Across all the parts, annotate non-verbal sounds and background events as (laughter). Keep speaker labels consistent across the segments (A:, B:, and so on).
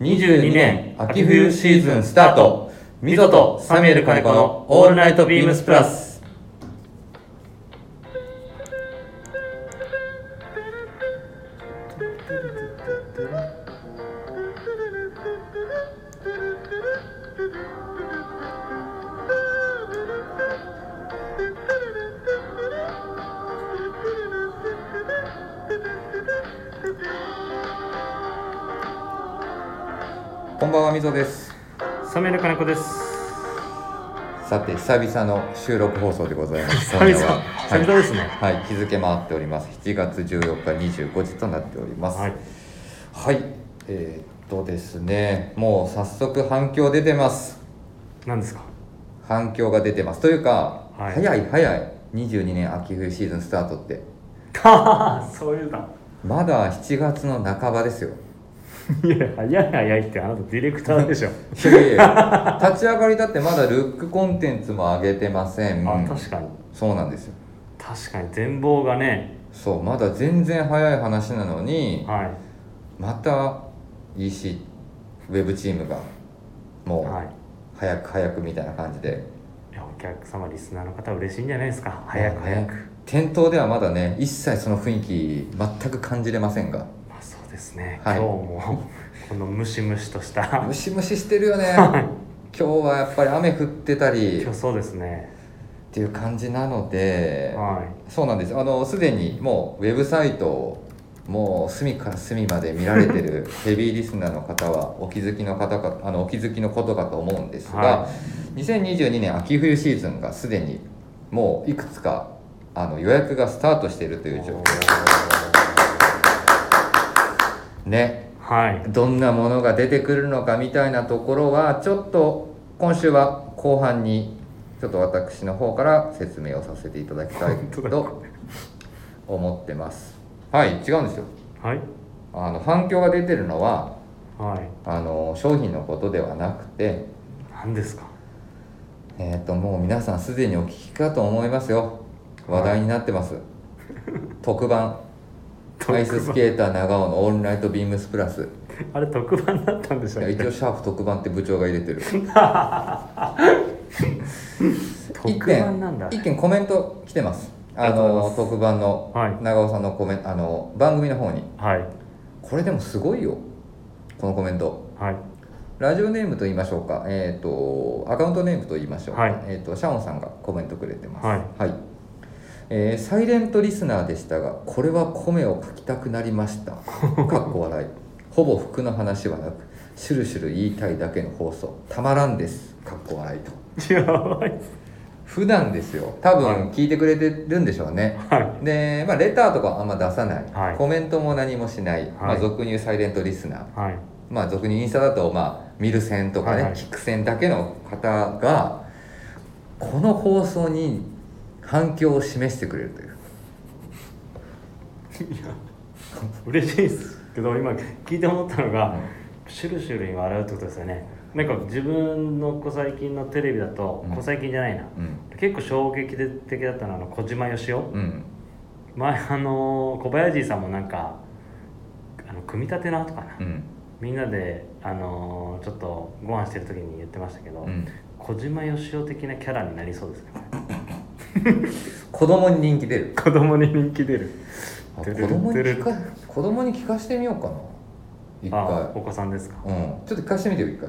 A: 22年秋冬シーズンスタートミゾとサミュエル金子のオールナイトビームスプラスこんばんはミゾです
B: サメルカネコです。
A: さて久々の収録放送でございます
B: (laughs) 久
A: 今
B: 々、
A: 夜は
B: 久々ですね。
A: はい、はい、日付回っております7月14日25時となっております
B: はい。
A: はい、えーっとですねもう早速反響出てます
B: 何ですか。
A: 反響が出てますというか、
B: はい
A: 早い早い22年秋冬シーズンスタートって
B: ははそういうだ。
A: まだ7月の半ばですよ
B: いや早い早いってあなたディレクターでしょ。
A: いやい
B: (laughs)
A: や立ち上がりだってまだルックコンテンツも上げてません
B: あ確かに
A: そうなんですよ
B: 確かに全貌がね。
A: そうまだ全然早い話なのに
B: は
A: また EC ウェブチームが
B: い
A: も
B: は
A: う
B: い。
A: 早く早くみたいな感じで
B: いやお客様リスナーの方嬉しいんじゃないですか。早く
A: まあね
B: 早く。
A: 店頭ではまだね一切その雰囲気全く感じれませんが
B: まあそうですね。
A: はい
B: 今日もこのムシムシとした。
A: (laughs) ム
B: は
A: シムシしてるよ
B: (laughs)
A: ね
B: い。
A: 今日はやっぱり雨降ってたりっ
B: 今日そうですね。
A: ていう感じなので
B: は
A: そうなんですあのすでにもうウェブサイトをもう隅から隅まで見られて
B: (laughs)
A: るヘビーリスナーの方はお気づきの方かあのお気づきのことかと思うんですが、
B: は
A: 2022年秋冬シーズンがすでにもういくつかあの予約がスタートしていると (laughs)
B: い。
A: いう状況ね
B: はい。
A: どんなものが出てくるのかみたいなところはちょっと今週は後半にちょっと私の方から説明をさせていただきたい
B: 本当だ
A: と思ってますはい違うんですよ
B: はい。
A: あの反響が出てるのは
B: はい。
A: あの商品のことではなくて
B: 何ですか。
A: えっ、ともう皆さんすでにお聞きかと思いますよ話題になってます、特番アイススケーター長尾のオールナイトビームスプラス
B: あれ特番だったんでし
A: い
B: ょ
A: や一応シャープ特番って部長が入れてる
B: 特番なんだ
A: 一件一件コメント来てます
B: あ
A: あ
B: りがとうござい
A: の
B: ます
A: 特番の
B: はい
A: 長尾さんのコメントあの番組の方に
B: はい
A: これでもすごいよこのコメント
B: はい
A: ラジオネームと言いましょうかえっ、とアカウントネームと言いましょうか、
B: はい
A: えっ、とシャオンさんがコメントくれてます、
B: はい
A: えーサイレントリスナーでしたがこれは米を書きたくなりました
B: (laughs)
A: かっこ笑いほぼ服の話はなくシュルシュル言いたいだけの放送たまらんですかっこ笑いと
B: やばい
A: 普段ですよ多
B: はい
A: 分聞いてくれてるんでしょうね、
B: は
A: で、まあ、レターとかはあんま出さない、
B: はい
A: コメントも何もしない、ま
B: は
A: あ、
B: い
A: 俗に言うサイレントリスナー、
B: いはい
A: まあ、俗にインスタだと、まあ、見る線とかね、
B: はいはい
A: 聞く線だけの方がこの放送に反響を示してくれるという
B: 嬉しいですけど今聞いて思ったのが、
A: うん
B: シュルシュルに笑うってことですよねなんか自分のここ最近のテレビだと、
A: うん
B: ここ最近じゃないな
A: うん
B: 結構衝撃的だったのはあの小島よしお
A: うん
B: 前あの小林さんもなんかあの組み立ての後かな、
A: うん
B: みんなであのちょっとご飯してる時に言ってましたけど、
A: うん
B: 小島よしお的なキャラになりそうですね
A: 子供に人気出る
B: 子供に人気出る
A: あ子
B: 出る
A: 供に
B: 出る
A: 聞か子供に聞かしてみようかな一
B: あお
A: 回
B: 子さんですか
A: うんちょっと聞かしてみてよ一回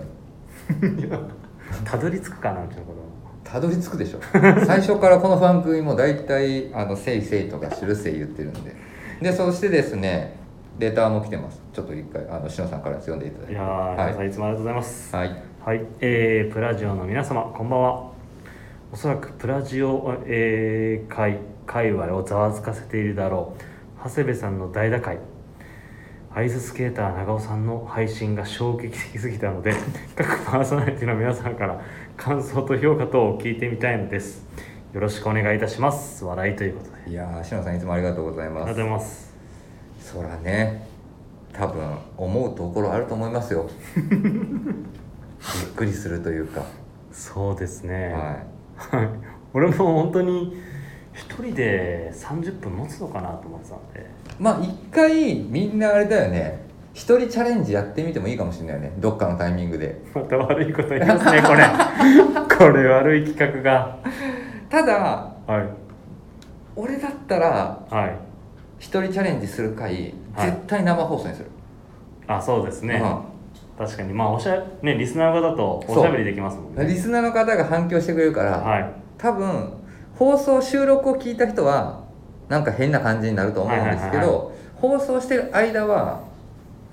B: たどり着くかなうちの子供
A: たどり着くでしょ (laughs) 最初からこの番組も大体あの「せいせい」とか「しるせい」言ってるんででそしてですねレターも来てますちょっと一回あのしのさんから読んでいただいて
B: いやー、皆さ
A: は
B: んいつもありがとうございます
A: い、はい、
B: はい、えー、プラジオの皆様こんばんはおそらくプラジオ、えー、界界隈をざわつかせているだろう長谷部さんの代打会アイススケーター長尾さんの配信が衝撃的すぎたので (laughs) 各パーソナリティの皆さんから感想と評価等を聞いてみたいのですよろしくお願いいたします笑いということであり
A: いやーしのさんいつもありがとうござい
B: が
A: ま
B: とう
A: す
B: ございます
A: そらね多分思うところあると思います
B: (laughs)
A: よびっくりするというか、
B: そうですね、
A: は
B: はい、俺も本当に一人で30分持つのかなと思ってたんで
A: い、まあ一回みんなあれだよね一人チャレンジやってみてもいいかもしれないねどっかのタイミングで
B: また悪いこと言いますねこれ
A: (laughs)
B: これ悪い企画が
A: ただ
B: はい
A: 俺だったら
B: はい
A: 一人チャレンジする回
B: はい
A: 絶対生放送にする、
B: あそうですね、
A: う
B: 確かにまあおしゃねリスナーの方とおしゃべりできますもん
A: んリ
B: ね
A: スナーの方が反響してくれるから、
B: はい
A: 多分放送収録を聞いた人はなんか変な感じになると思うんですけど、
B: はいはいは
A: 放送してる間は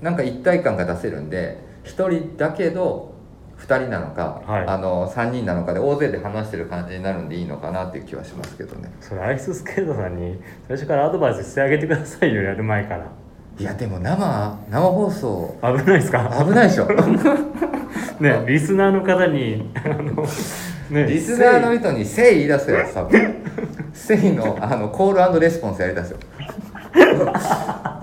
A: なんか一体感が出せるんで1人だけど2人なのか、
B: はい
A: あの3人なのかで大勢で話してる感じになるんでいいのかなっていう気はしますけどね
B: それアイススケートさんに最初からアドバイスしてあげてくださいよやる前から
A: いやでも生生放送
B: 危ないで
A: (laughs)
B: すか
A: 危ないでしょ
B: ねリスナーの方にあの
A: (laughs)
B: ね
A: リスナーの人に「誠意言い出すよ多分誠意のあのコールレスポンスやりだすよ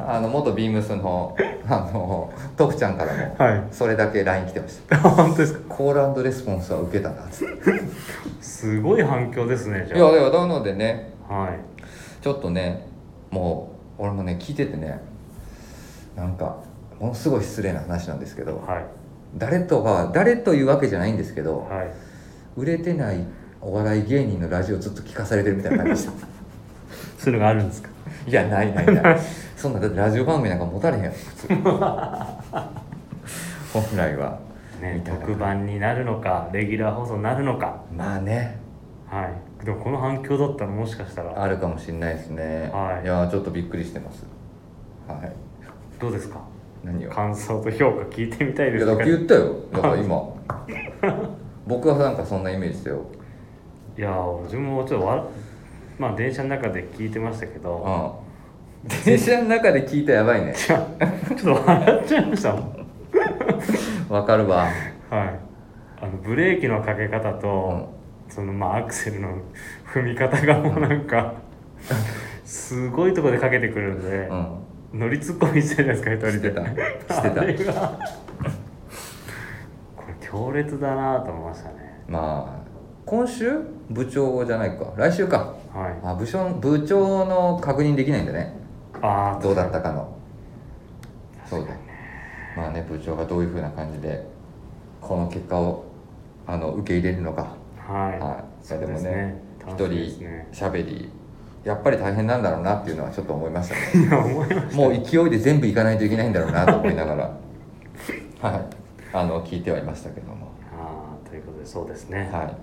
A: あの元ビームスのあのトクちゃんからも
B: はい (laughs)
A: それだけ LINE 来てました
B: あ本当ですか
A: コールレスポンスは受けたなっつって
B: すごい反響ですねじ
A: い
B: ゃ
A: やいやなのでね
B: あはい
A: ちょっとねもう俺もね聞いててねなんかものすごい失礼な話なんですけど
B: はい
A: 誰とか誰というわけじゃないんですけど
B: はい
A: 売れてないお笑い芸人のラジオずっと聞かされてるみたいな感じでした
B: そういうのがあるんですか
A: いやないない
B: (laughs)
A: ないそんなだってラジオ番組なんか持たれへんやん普通本来は
B: ね
A: みたいな
B: 特番になるのかレギュラー放送になるのか
A: まあね
B: はいでもこの反響だったらもしかしたら
A: あるかもしれないですね、
B: はい
A: やーちょっとびっくりしてますはい
B: どうですか
A: 何を
B: 感想と評価聞いてみたい
A: い
B: で
A: や
B: す
A: だっ
B: か
A: て言
B: い
A: った
B: (laughs)
A: よだから今僕はなんかそんなイメージだよ
B: やー自分もちょっとわまあ電車の中で聞いてましたけど
A: うん電車の中で聞いたらやばいね
B: (laughs) ちょっと笑っちゃいましたもん
A: わかるわ
B: はい、あのブレーキのかけ方と、そのまあアクセルの踏み方がもうなんか、すごいとこでかけてくるんで
A: う、ん
B: 乗りツッコミしてるじゃないですか一
A: し
B: 人
A: て
B: で
A: たしてた
B: (laughs) あれがこれ強烈だなと思いましたね
A: まあ今週部長じゃないか来週か
B: はい
A: あ部長部長の確認できないんだね
B: ああ
A: どうだったかのそうだまあね部長がどういうふうな感じでこの結果をあの受け入れるのか
B: はい、
A: はいいやでもね
B: そう
A: 一
B: です
A: 人
B: ね楽しみですね
A: 喋りやっぱり大変なんだろうなっていうのはちょっと思いましたね (laughs)
B: いや思いま
A: もう勢いで全部行かないといけないんだろうなと思いながらはいあの聞いてはいましたけども
B: ああということでそうですね、
A: はい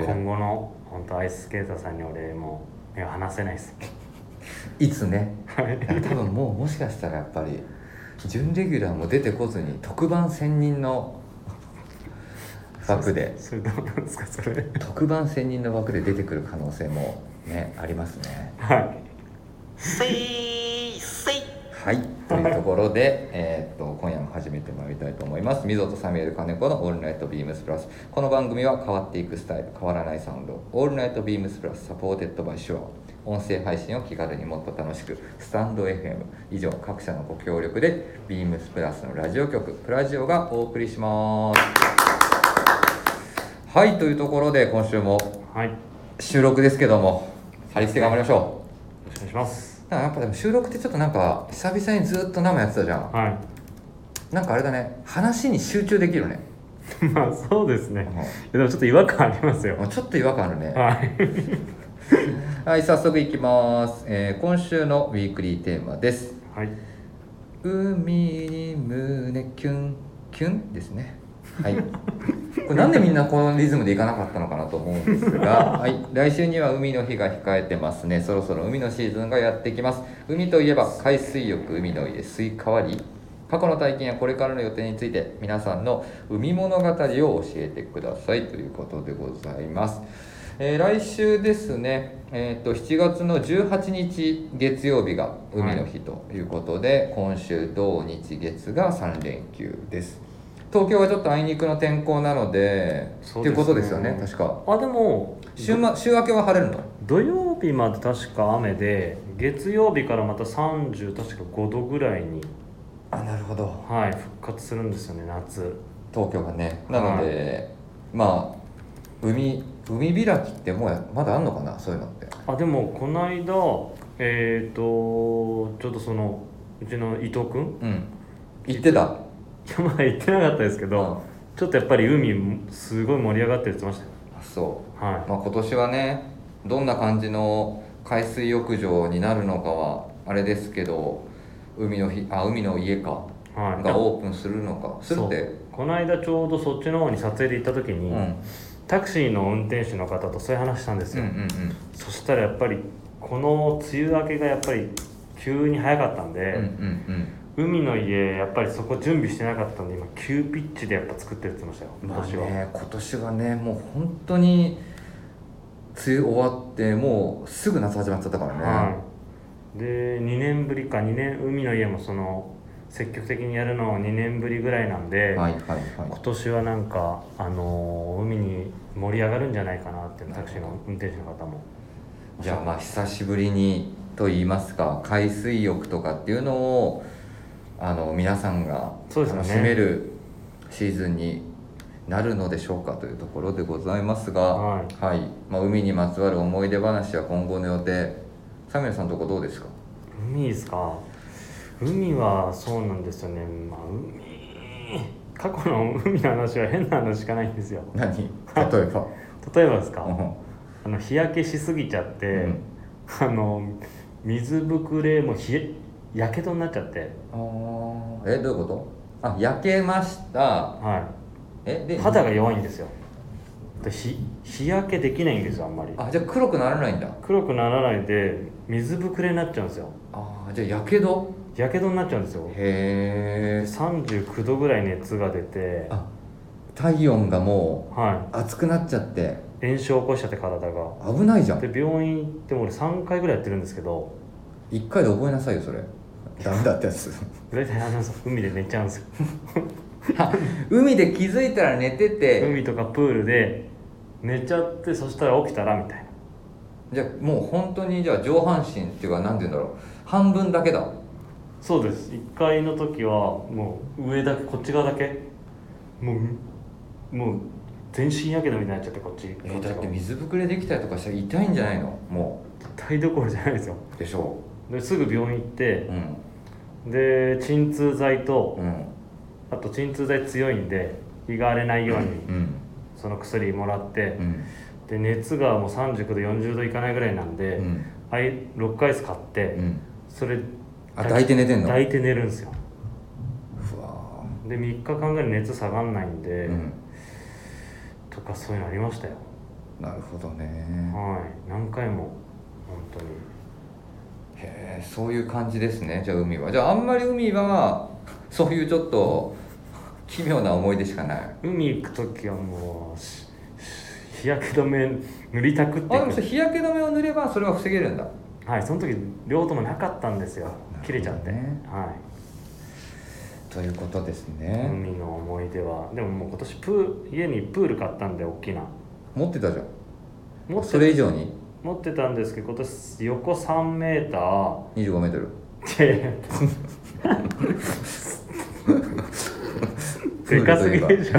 B: 今後の本当アイススケーターさんにお礼も目が離せないです
A: いつね
B: はい
A: 多分もうもしかしたらやっぱり準レギュラーも出てこずに特番専任の枠で
B: それどうなんですかそれ
A: 特番専任の枠で出てくる可能性もねありますね
B: はい
C: せいせい
A: はいというところでえーっと今夜も始めてまいりたいと思います溝とサミュエル金子の「オールナイトビームスプラス」この番組は変わっていくスタイル変わらないサウンド「オールナイトビームスプラスサポーテッドバイシュア」音声配信を気軽にもっと楽しくスタンド FM 以上各社のご協力でビームスプラスのラジオ局プラジオがお送りしますはいというところで今週も
B: はいよ
A: 収録ですけども張り付け頑張りましょう
B: ろしくお願いします
A: なんかやっぱでも収録ってちょっとなんか久々にずっと生やってたじゃん
B: は
A: なんかあれだね話に集中できるね、
B: い (laughs) まあそうですね
A: うん
B: いやでもちょっと違和感ありますよ
A: もうちょっと違和感あるね
B: はい
A: はい早速いきます、えー今週のウィークリーテーマです
B: はい
A: 海に胸キュンキュンですねはいこれなんでみんなこのリズムでいかなかったのかなと思うんですが、はい、来週には海の日が控えてますねそろそろ海のシーズンがやってきます海といえば海水浴海の家スイカ割り過去の体験やこれからの予定について皆さんの海物語を教えてくださいということでございます、えー来週ですね、えー、と7月の18日月曜日が海の日ということで、今週土日月が3連休です東京はちょっとあいにくの天候なのでと、
B: そう
A: って
B: ですね
A: いうことですよね確か
B: あでも
A: 週,、ま、週明けは晴れるの
B: 土曜日まで確か雨で月曜日からまた30確か5度ぐらいに
A: あなるほど
B: はい復活するんですよね夏
A: 東京がねなので、まあ海海開きってもうまだあんのかなそういうのって
B: あでもこの間えっ、とちょっとそのうちの伊藤君
A: うん言ってた
B: (laughs) いやまあ言ってなかったですけど、ちょっとやっぱり海すごい盛り上がってるって言ってまし
A: あそ
B: た
A: う、
B: よは
A: まあ、今年はねどんな感じの海水浴場になるのかはあれですけど海の日あ海の家か
B: いはい
A: がオープンするのかする
B: そ
A: っ
B: う
A: て
B: この間ちょうどそっちの方に撮影で行った時
A: う
B: に、
A: んうん
B: タクシーの運転手の方とそういう話したんです
A: うんう
B: よ、
A: ん
B: そしたらやっぱりこの梅雨明けがやっぱり急に早かったん
A: うんうんう
B: で、
A: ん
B: 海の家やっぱりそこ準備してなかったんで今急ピッチでやっぱ作ってるって言ってましたよ今
A: まあ
B: 年は、
A: ね今年はねもう本当に梅雨終わってもうすぐ夏始まっちゃったからね、
B: はい、で2年ぶりか2年海の家もその積極的にやるの2年ぶりぐらいなん
A: は
B: で、
A: いはい
B: 今
A: は
B: 年はなんか、あのー海に盛り上がるんじゃないかなって
A: な
B: タ
A: るほど
B: クシーの運転手の方も
A: いじゃあまあ久しぶりにと言いますか海水浴とかっていうのをあの皆さんが
B: そう
A: 楽
B: です
A: し
B: よね
A: めるシーズンになるのでしょうかというところでございますが、
B: は
A: はいまあ、海にまつわる思い出話や今後の予定サミュエルさんとこどうですか
B: 海ですか海はそうなんですよねまあ海過去の海の話は変な話しかないんですよ (laughs)
A: 何例えば、
B: 例えばです
A: う
B: か
A: ん
B: あの日焼けしすぎちゃって、
A: うん
B: あの水ぶくれもひえやけどになっちゃって
A: あーえどういうことあ焼けました
B: はい
A: えで
B: 肌が弱いんですよで日日焼けできないんですよあんまり
A: あじゃあ黒くならないんだ
B: 黒くならないで水ぶくれになっちゃうんですよ
A: あーじゃあやけど
B: やけどになっちゃうんですよ
A: へえ
B: 39度ぐらい熱が出て
A: あ体温がも
B: は
A: う熱くなっちゃって
B: い炎症を起こしちゃって体が
A: 危ないじゃん
B: で病院行っても俺3回ぐらいやってるんですけど
A: 一回で覚えなさいよそれダメだったやつ (laughs)
B: 大体あの海で寝ちゃうんですよ
A: 海で気づいたら寝てて
B: 海とかプールで寝ちゃってそしたら起きたらみたいな
A: じゃあもう本当にじゃあ上半身っていうかなんて言うんだろう半分だけだ
B: そうです1階の時はもう上だけこっち側だけもうもう全身やけどみたいになっちゃってこっちこ
A: え
B: っち
A: だって
B: が
A: 水ぶくれできたりとかしたら痛いんじゃないのも
B: 痛いどころじゃないですよ
A: うでしょ
B: ですぐ病院行っ
A: う
B: て
A: うん
B: で鎮痛剤と
A: うん
B: あと鎮痛剤強いんで胃が荒れないように
A: うん
B: その薬もらって
A: うん
B: で熱がもう39度40度いかないぐらいなん
A: う
B: で、
A: ん
B: あいロックアイス買って、
A: うん
B: それ
A: あ抱いて寝てんの
B: 抱いて寝るんですよ
A: うわ
B: で3日間ぐらい熱下がんないん
A: ー
B: で、
A: うん
B: とかそういうのありましたよ
A: なるほどね
B: はい何回も本当に
A: へえそういう感じですねじゃあ海はじゃああんまり海はそういうちょっと奇妙な思い出しかない
B: 海行く時はもうしし日焼け止め塗りたくって
A: あでもそれ日焼け止めを塗ればそれは防げるんだ
B: はいその時両方ともなかったんですよ
A: ほど
B: 切れちゃって、
A: ね
B: は
A: ということです
B: い
A: ね、
B: 海の思い出はでももう今年プー家にプール買ったんで大きな
A: 持ってたじゃん
B: 持っ
A: そ
B: て
A: れ以上に
B: 持ってたんですけど今年横3メーター
A: (laughs) 2 5メートル
B: ってでかすぎでしょ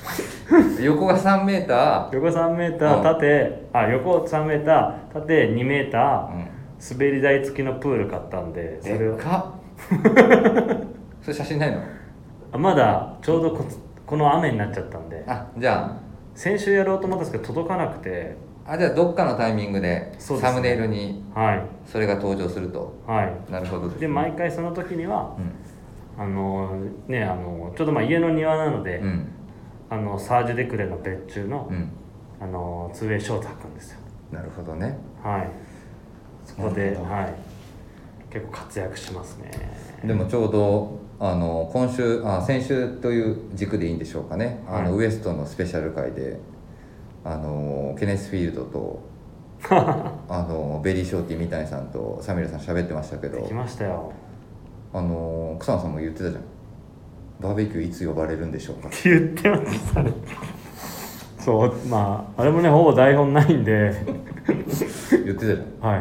A: (laughs) 横が3メータ
B: 横3メータ
A: うん
B: ー縦あ横3メーター縦2メータ
A: ー、
B: ー
A: う
B: 滑り台付きのプール買ったんで
A: ん、
B: それ
A: で
B: を
A: かっそれ写真ないの
B: あまだちょうどここの雨になっちゃったんで
A: あじゃ
B: 先週やろうと思ったんですけど届かなくて
A: ああじゃあどっかのタイミングで
B: そうですね
A: サムネイルに
B: はい
A: それが登場すると
B: は
A: なるほどですね
B: いで毎回その時には
A: う
B: あのねあのちょうどまあ家の庭なので、
A: んうん
B: あのサージュ・デクレの別注の、
A: うん
B: あの 2way 翔太君ですよ
A: なるほどね
B: はい。そこ
A: な
B: で、
A: るほど
B: はい。結構活躍しますね。
A: でもちょうどあの今週あ先週という軸でいいんでしょうかねあの、
B: は
A: ウエストのスペシャル回であのケネスフィールド
B: (laughs)
A: とあのベリーショーティー三谷さんとサミュエルさん喋ってましたけ
B: で
A: ど
B: きましたよ。
A: あの草野さんも言ってたじゃんバーベキューいつ呼ばれるんでしょうか
B: って言ってましたね。そう、まあ、あれもね、ほぼ台本ないんで。
A: 言ってたじゃ
B: は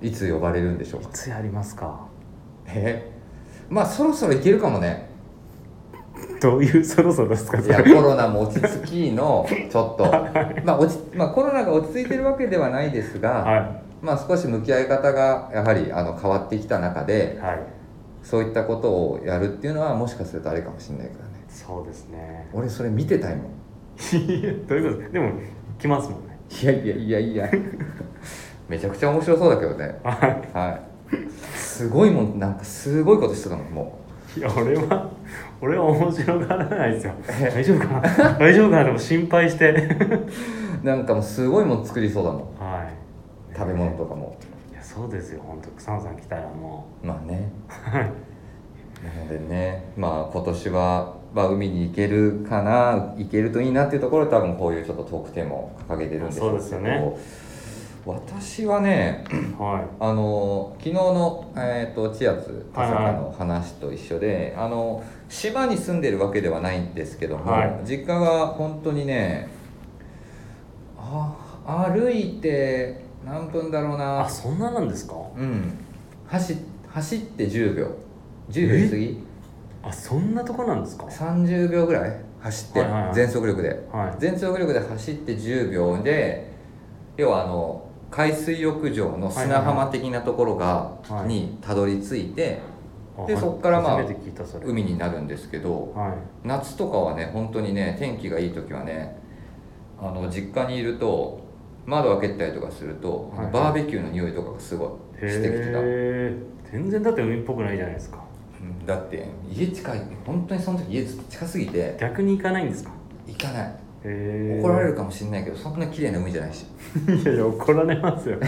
B: い。
A: んいつ呼ばれるんでしょう
B: い
A: か
B: つやりますか。
A: えまあそろそろいけるかもね
B: どういう、そろそろですか。
A: い
B: そ
A: や
B: れ
A: コロナも落ち着きのちょっと、まあ落ちまあ、コロナが落ち着いてるわけではないですが、
B: は
A: まあ、少し向き合い方がやはりあの変わってきた中
B: い。
A: で
B: はい。
A: そういったことをやるっていうのはもしかするとあれかもしれないからね
B: そうですね (laughs)
A: 俺それ見てたいもん
B: いやどういうことでも来ますもんね (laughs)
A: いやいやいやいや (laughs) めちゃくちゃ面白そうだけどね
B: は
A: はいすごいもんなんかすごいことしてたもんも
B: いいや俺は俺は面白がらないですよ大丈夫か
A: (laughs)
B: な大丈夫かなでも心配して
A: うなんかもうすごいもん作りそうだもん
B: はい
A: 食べ物とかも
B: いやそうですよ本当草野さん来たらも
A: まあねなのでねまあ今年は、まあ、海に行けるかな行けるといいなっていうところで多分こういうちょっとトークテーマを掲げてるんでしょうけど
B: そうですよね
A: 私はね
B: うは
A: あの昨日の、えー、とチアツ
B: は
A: 田
B: いはい
A: 坂の話と一緒で、あの島に住んでるわけではないんですけども、
B: はい
A: 実家が本当にねあ歩いて何分だろう
B: い
A: な
B: あそんななんですか
A: うん走走って10秒10秒過ぎ
B: あそんなとこなんですか
A: 30秒ぐらい走って
B: はいはいはい
A: 全速力で
B: はい
A: 全速力で走って10秒で要はあの海水浴場の砂浜的なところが
B: はい
A: にたどり着いて
B: あ
A: でそっからまあ
B: 初めて聞いたそれ
A: 海になるんですけど
B: はい
A: 夏とかはね本当にね天気がいい時はねあの実家にいると窓開けたりとかすると、あの
B: はい
A: バーベキューの匂いとかがすごいしてきてた
B: へえ全然だって海っぽくないじゃないですか
A: うんだって家近い本当にその時家近すぎて
B: 逆に行かないんですか
A: 行かない
B: へえ
A: 怒られるかもしれないけどそんな綺麗な海じゃないし
B: いやいや怒られますよ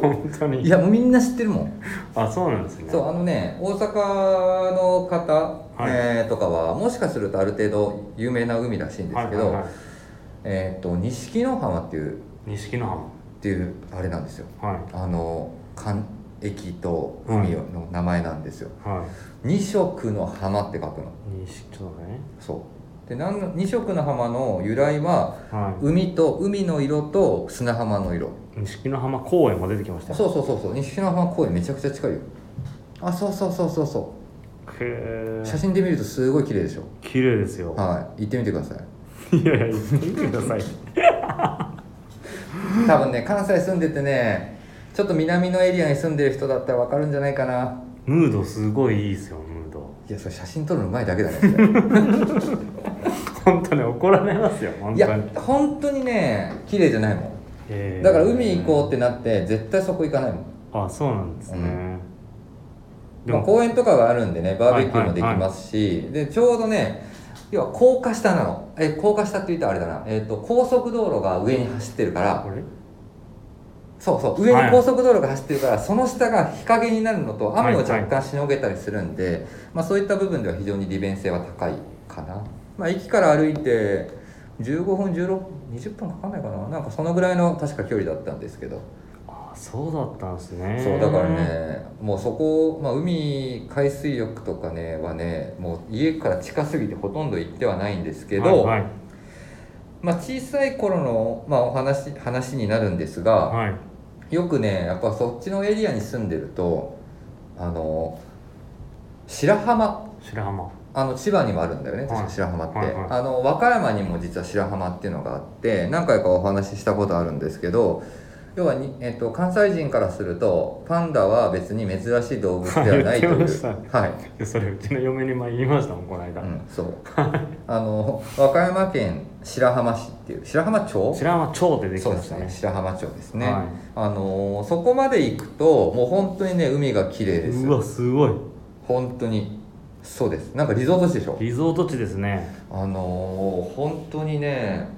B: 本当に
A: いやもうみんな知ってるもん
B: あそうなんですね
A: そうあのね大阪の方、
B: はい
A: えーとかはもしかするとある程度有名な海らしいんですけど、
B: はいはいはい
A: えっ、と錦の浜っていう
B: 錦の
A: っていうあれなんですよ
B: 浜はい
A: あの関駅と海をの名前なんですよ、
B: は
A: 二色の浜って書くの
B: い錦ちょっとね
A: そうでなんの二色の浜の由来は
B: は
A: 海と海の色と砂浜の色
B: い錦の浜公園も出てきました
A: そううそうそうそう西の浜公園めちゃくちゃ近いよあそうそうそうそうそ
B: へ
A: う写
B: え
A: 真で見るとすごい綺麗でしょ
B: 綺麗ですよ
A: はい行ってみてください
B: いやいや行ってみてください
A: 多分ね関西住んでてねちょっと南のエリアに住んでる人だったらわかるんじゃないかな
B: ムードすごいいいですよムード
A: いやそれ写真撮るのうまいだけだね
B: (laughs)
A: それ
B: 本当に怒られますよ本
A: い
B: 当
A: や
B: に
A: 本当にね綺麗じゃないもん
B: へー
A: だから海行こうってなって絶対そこ行かないもん、
B: あそうなんですね、で
A: まあ、
B: も、
A: 公園とかがあるんでねバーベキューもでき
B: はいはいはい
A: ますし、でちょうどね要は高架下なのえ高架下って言ったらあれだな、えっと高速道路が上に走ってるから、
B: これ
A: そうそう上
B: は
A: に
B: い
A: 高速道路が走ってるから、その下が日陰になるのと雨を
B: はい
A: 若
B: はい
A: 干しのげたりするんで、まあ、そういった部分では非常に利便性は高いかな、まあ、駅から歩いて15分1620分かかんないかななんかそのぐらいの確か距離だったんですけど、
B: あそうだったんですね
A: そうだからねもうそこ、まあ、海海水浴とかねはねもう家から近すぎてほとんど行ってはないんですけど、
B: はい
A: まあ、小さい頃の、まあ、お話話になるんですが、
B: はい、はい
A: よくねやっぱそっちのエリアに住んでるとあの白浜
B: 白浜
A: あの千葉にもあるんだよね
B: はい
A: 確か白浜って、
B: はいはい
A: あの和歌山にも実は白浜っていうのがあって何回かお話ししたことあるんですけど要はに、えっと、関西人からするとパンダは別に珍しい動物ではないとい
B: 言ってました
A: うはい、
B: いやそれうちの嫁に前言いましたもんこの間、
A: うん、そうあの和歌山県白浜市っていう白浜町
B: 白浜町ででき
A: そう
B: ま
A: で
B: し
A: す
B: た
A: ね
B: ね
A: 白浜町ですね、
B: は
A: あのーそこまで行くともう本当にね海が綺麗
B: い、
A: です
B: うわすごい
A: 本当にそうですなんかリゾート地でしょ
B: リゾート地ですね
A: あのー本当にね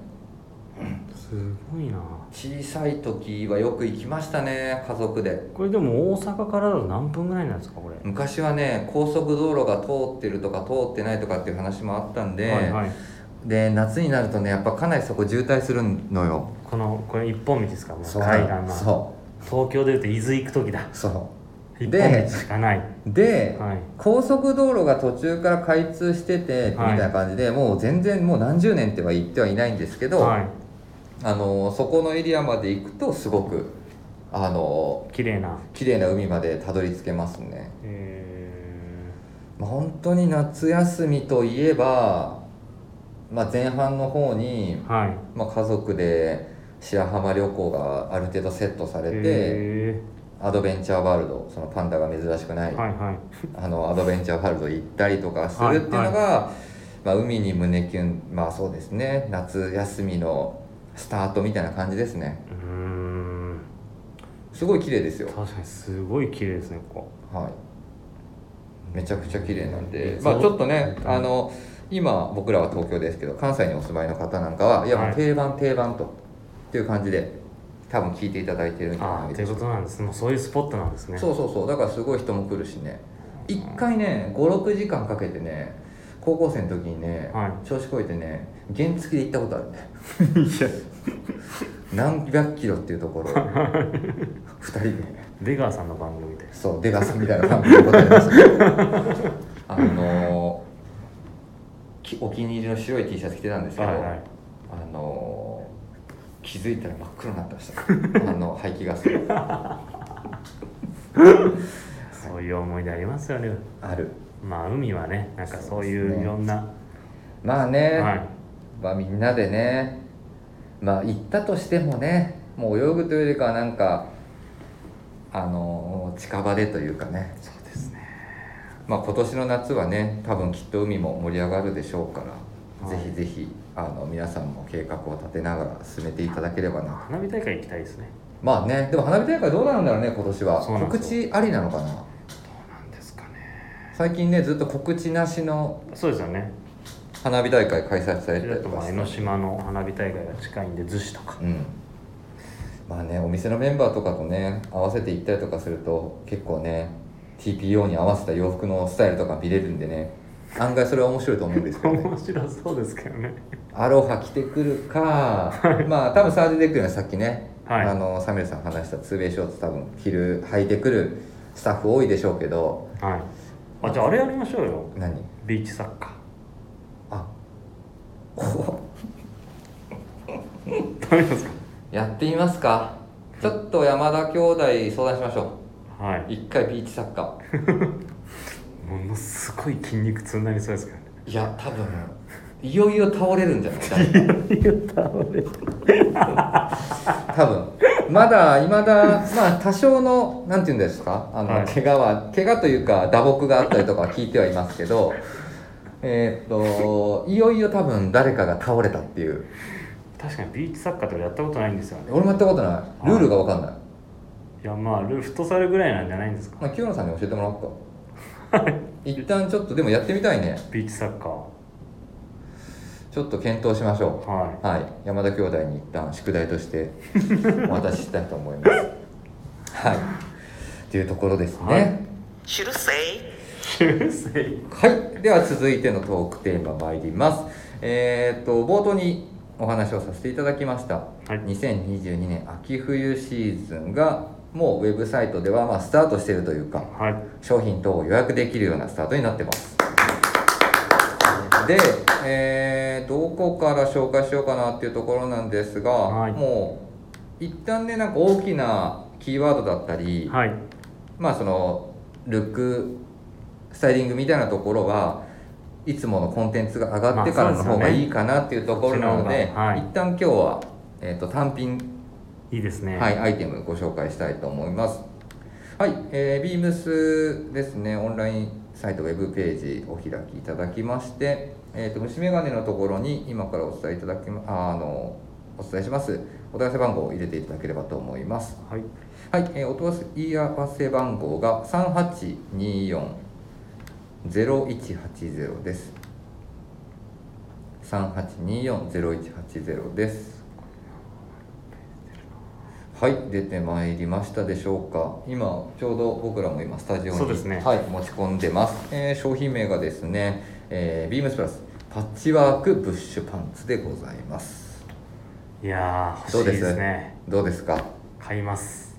B: すごいな
A: 小さい時はよく行きましたね家族で
B: これでも大阪からだと何分ぐらいなんですかこれ、
A: 昔はね高速道路が通ってるとか通ってないとかっていう話もあったんで、
B: はいはい
A: で夏になるとねやっぱかなりそこ渋滞するのよ
B: このこれ一本道ですかもう
A: そう
B: 海岸
A: なの
B: の
A: そ
B: 東京でいうと伊豆行く時だ
A: うそ
B: 一
A: で
B: 本道しかないう
A: で、
B: はい
A: 高速道路が途中から開通しててみ
B: はい
A: たいな感じで、もう全然もう何十年っては言ってはいないんですけど、
B: はい
A: あのそこのエリアまで行くとすごくあの
B: 綺麗な
A: 綺麗な海までたどり着けますね、
B: え
A: まあ、本当に夏休みといえば、まあ、前半の方に
B: ー、、はい
A: まあ、家族で白浜旅行がある程度セットされて、
B: え
A: アドベンチャーワールドそのパンダが珍しくない、
B: はいはい
A: あのアドベンチャーワールド行ったりとかするっていうのが、
B: はい
A: まあ、海に胸キュンまあそうですね夏休みのスタートみたいな感じですね
B: うーん
A: すごい綺麗ですよ
B: 確かにすごい綺麗ですねこ
A: はいめちゃくちゃ綺麗なんで
B: う、ん
A: まあ、ちょっとね
B: そう
A: あの今僕らは東京ですけど関西にお住まいの方なんかはいや
B: はい
A: もう定番定番と、っていう感じで多分聞いていただいてるんじ
B: こ
A: ゃ
B: あ
A: な
B: あ
A: い
B: とい
A: で
B: う
A: しょ
B: こ
A: う
B: となんですもうそういうスポットなんですね
A: そうそうそうだからすごい人も来るしね1回ね56時間かけてね高校生の時にね、
B: は
A: 調子こいてね原付で行ったことあるね
B: いや
A: 何百キロっていうと
B: (laughs)
A: ころ2人で
B: 出川さんの番組です
A: そう出川さんみたいな感じでございますけど
B: (laughs)
A: あのーきお気に入りの白い T シャツ着てたんですけ
B: はい
A: ど、
B: はい
A: あのー気づいたら真っ黒になってましたあの排気ガスが
B: そういう思い出ありますよね
A: ある
B: まあ海はねなんかそう
A: そうで
B: い
A: す
B: う
A: ね
B: いろんな、
A: まあね、
B: はい
A: まあみんなでねまあ行ったとしてもねもう泳ぐというよりかはなんかあの近場でというかね
B: そうですね
A: まあ今年の夏はね多分きっと海も盛り上がるでしょうから、
B: はい
A: ぜひぜひあの皆さんも計画を立てながら進めていただければな
B: 花火大会行きたいですね
A: まあねでも花火大会どうなるんだろうね今年は
B: そうなんで
A: 告
B: すよ
A: 知ありなのかな
B: どうなんですかね
A: 最近ねずっと告知なしの
B: そうですよね
A: 花火大会開催され
B: そ
A: て
B: れ
A: た
B: だ
A: りと
B: とま
A: か
B: あ江
A: し
B: ノ
A: て
B: 島の花火大会が近いんで逗子とか
A: うんまあねお店のメンバーとかとね合わせて行ったりとかすると結構ね TPO に合わせた洋服のスタイルとか見れるんでね案外それは面白いと思うんですけどね
B: 面白そうですけどね
A: アロハ着てくるかまあ多分サージデックにはさっきね、
B: はい
A: あのサミュエルさん話したツーベイショーツ多分着る履いてくるスタッフ多いでしょうけど
B: はいあじゃああれやりましょうよ
A: 何
B: ビーチサッカ
A: あお
B: ーダメですか
A: やってみますかちょっと山田兄弟相談しましょ
B: は
A: う
B: い
A: 一回ビーチサッカー
B: ものすごい筋肉痛になりそうですけどね
A: いや多分いよいよ倒れるんじゃない誰か多分まだいまだまあ多少のなんて言うんですかあの、
B: はい
A: 怪我は怪我というか打撲があったりとかは聞いてはいますけどえーっといよいよ多分誰かが倒れたっていう
B: 確かにビーチサッカーとかやったことないんですよね
A: 俺もやったことないルールが分かんない、
B: いやまあルフットサルぐらいなんじゃないんですか
A: まあ、清野さんに教えてもらおうか一旦ちょっとでもやってみたいね
B: ビーチサッカー
A: ちょっと検討しましょ
B: は
A: うはい山田兄弟に一旦宿題としてお渡ししたいと思います (laughs) はいというところですね
C: シルセイ
B: い
A: (laughs)
B: 修正
A: はい、では続いてのトークテーマ参りますえーっと冒頭にお話をさせていただきました、
B: い
A: 2022年秋冬シーズンがもうウェブサイトではまあスタートしているというか
B: はい
A: 商品等を予約できるようなスタートになってますで、えーどこから紹介しようかなっていうところなんですが、
B: はい
A: もう一旦ねなんか大きなキーワードだったり、
B: はい
A: まあそのルックスタイリングみたいなところはいつものコンテンツが上がってからの
B: まあそ
A: 方
B: うで
A: が
B: すよね
A: いいかなっていうところなので、
B: そっちの方がはい
A: 一旦今日は、えー、と単品
B: いいですね
A: はい、アイテムご紹介したいと思います。はい、えー、ビームスですね、オンラインサイトウェブページお開きいただきまして、えっ、と虫眼鏡のところに今からお伝えいただきまああのお伝えします。お問い合わせ番号を入れていただければと思います。
B: はい
A: はい、えーお問い合わせ番号が三八二四ゼロ一八ゼロです。三八二四ゼロ一八ゼロです。はい、出てまいりましたでしょうか。今ちょうど僕らも今スタジオに
B: そうですね
A: はい持ち込んでます。えー商品名がですね、えービームスプラスパッチワークブッシュパンツでございます。
B: いやー
A: どう
B: 欲
A: で
B: しい
A: す
B: ですね
A: どうですか。
B: 買います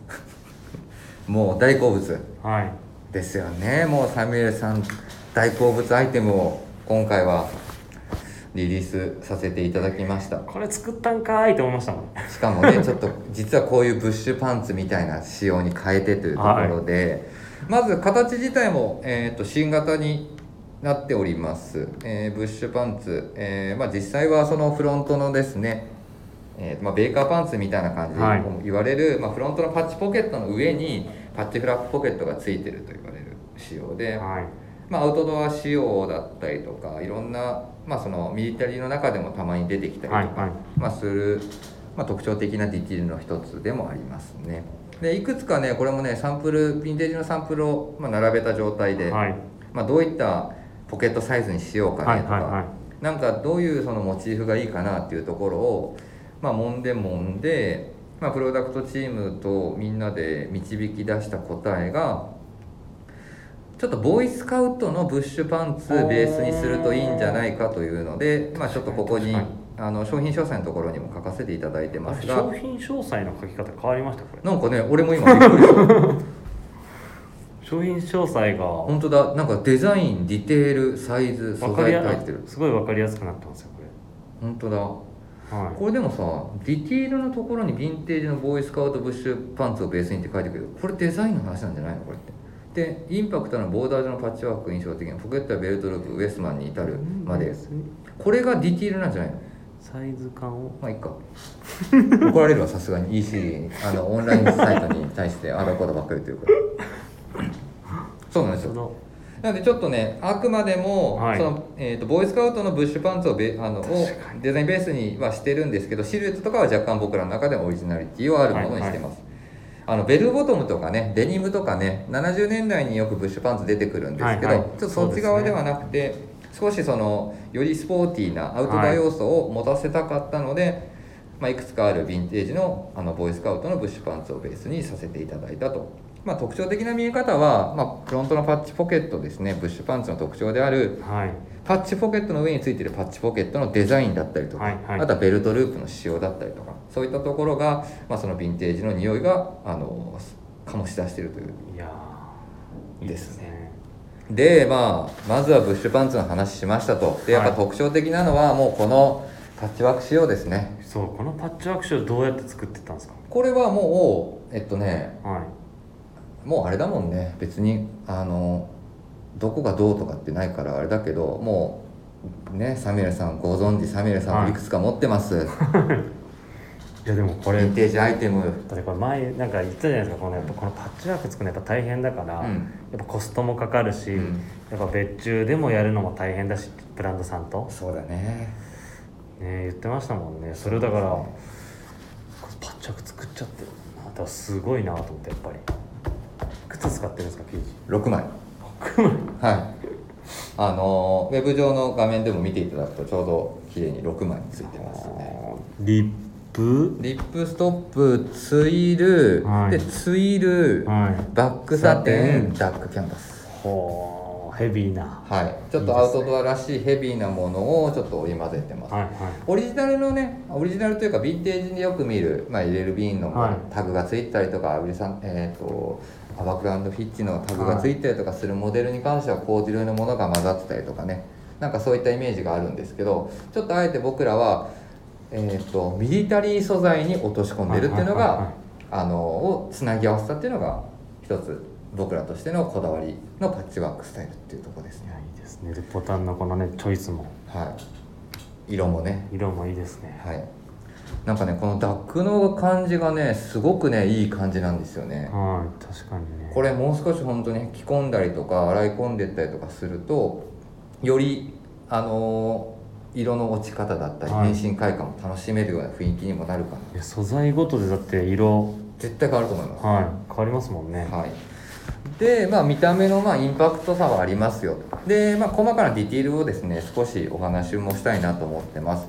A: もう大好物。
B: はい
A: ですよねもうサミュエルさん大好物アイテムを今回はリリースさせていただきました
B: これ作ったんかーいと思いましたもん
A: しかも
B: (laughs)
A: ねちょっと実はこういうブッシュパンツみたいな仕様に変えてというところで、まず形自体も、えー、と新型になっております、えーブッシュパンツ、えーまあ、実際はそのフロントのですね、えーまあ、ベーカーパンツみたいな感じで
B: はい
A: 言われる、まあ、フロントのパッチポケットの上にパッチフラップポケットがついてると言われる仕様で、
B: はい
A: まあ、アウトドア仕様だったりとかいろんな、まあ、そのミリタリーの中でもたまに出てきたりとか、
B: はいはい
A: まあ、する、まあ、特徴的なディティールの一つでもありますね。でいくつかねこれもねサンプルヴィンテージのサンプルを、まあ、並べた状態で、
B: はい
A: まあ、どういったポケットサイズにしようか
B: はい
A: ねとか、
B: はいはい
A: なんかどういうそのモチーフがいいかなっていうところを、まあ、揉んで揉んで、まあ、プロダクトチームとみんなで導き出した答えがちょっとボーイスカウトのブッシュパンツベースにするといいんじゃないかというので、まあ、ちょっとここに
B: 確かに
A: あの商品詳細のところにも書かせていただいて
B: あ
A: ま
B: れ
A: す
B: 商
A: が
B: 品詳細の書き方変わりましたこれ
A: なんかね俺も今びっくりした
B: 商品詳細が
A: 本当だなんかデザインディテールサイズ素
B: わかり
A: 材っ
B: や
A: て入ってる
B: すごいわかりやすくなってますよこ
A: 本当だ
B: れはい
A: これでもさディティールのところにヴィンテージのボーイスカウトブッシュパンツをベースにって書いてくるけどこれデザインの話なんじゃないのこれってでインパクトのボーダー上のパッチワーク印象的なポケットやベルトループウエスマンに至るまでこれがディティールなんじゃないの
B: サイズ感を
A: まあいっか (laughs) 怒られるわさすがに EC あのオンラインサイトに対してあだこうだばっかりというからそうなんです
B: そ
A: よ
B: の
A: なのでちょっとねあくまでも、
B: はい
A: そのえー、とボーイスカウトのブッシュパンツをベあのをデザインベースにはしてるんですけどシルエットとかは若干僕らの中でもオリジナリティをあるものにしてます、あのベルボトムとかねデニムとかね70年代によくブッシュパンツ出てくるんですけど、
B: はいはい
A: ちょっとそっち側ではなくて、少しそのよりスポーティーなアウトドア要素を持たせたかったので、いまあ、いくつかあるヴィンテージのあのボーイスカウトのブッシュパンツをベースにさせていただいたと、まあ、特徴的な見え方は、まあ、フロントのパッチポケットですねブッシュパンツの特徴である
B: はい
A: パッチポケットの上についてるパッチポケットのデザインだったりとか、
B: はいはい
A: あとはベルトループの仕様だったりとかそういったところが、まあ、そのヴィンテージの匂いがあの醸し出してるという
B: いやー
A: ですねでまあまずはブッシュパンツの話しましたとでやっぱ
B: はい
A: 特徴的なのはもうこのパッチワーク仕様ですね
B: そうこのパッチワークショーどうやって作ってたんですか
A: これはもうえっとね
B: はい
A: もうあれだもんね別にあのどこがどうとかってないからあれだけどもうねサミュエルさんご存知サミュエルさん
B: は
A: も
B: い
A: いくつか持ってます、
B: いやでもこ
A: ヴ
B: れ
A: ィンテージアイテム
B: だってこれ前なんか言ってたじゃないですかこのやっぱこのパッチワーク作るのやっぱ大変だから、
A: うん
B: やっぱコストもかかるし、
A: うん
B: やっぱ別注でもやるのも大変だしブランドさんと、
A: そうだね
B: ね、言ってましたもんねそれだからパッチワーク作っちゃってるなだからすごいなと思ってやっぱり靴使ってるんですか生地
A: 6枚6枚はいあのウェブ上の画面でも見ていただくとちょうど綺麗に6枚ついてますね
B: リップ
A: リップストップツイル、
B: はい
A: でツイル、
B: はい
A: バックサテ
B: サテ
A: ンダックキャンバス
B: ほうヘビーな
A: はいちょっとアウトドアらしいヘビーなものをちょっと織り交ぜてます、
B: はいはい
A: オリジナルのねオリジナルというかヴィンテージによく見る、まあ、入れる瓶の
B: はい
A: タグがついてたりとか、アブリさんえー、とアバクランドフィッチのタグがついたりとかするモデルに関してはコーデュロイのものが混ざってたりとかねなんかそういったイメージがあるんですけどちょっとあえて僕らは、えー、とミリタリー素材に落とし込んでるっていうの
B: はいはいは
A: が
B: い
A: あのをつなぎ合わせたっていうのが一つ僕らとしてのこだわりのパッチワークスタイルっていうところです
B: い
A: ね。
B: やいいですねでボタンのこのねチョイスも
A: はい、色もね
B: 色もいいですね
A: はい。なんかね、このダックの感じがね、すごくね、いい感じなんですよね。
B: はい確かにね
A: これもう少し本当に着込んだりとか、洗い込んでったりとかすると。より、あのー色の落ち方だったり、
B: はい
A: 変身快感も楽しめるような雰囲気にもなるかな。
B: いや素材ごとでだって色
A: 絶対変わると思います。
B: はい変わりますもんね
A: はい。で、まあ、見た目のまあインパクト差はありますよで、まあ、細かなディティールをですね少しお話もしたいなと思ってます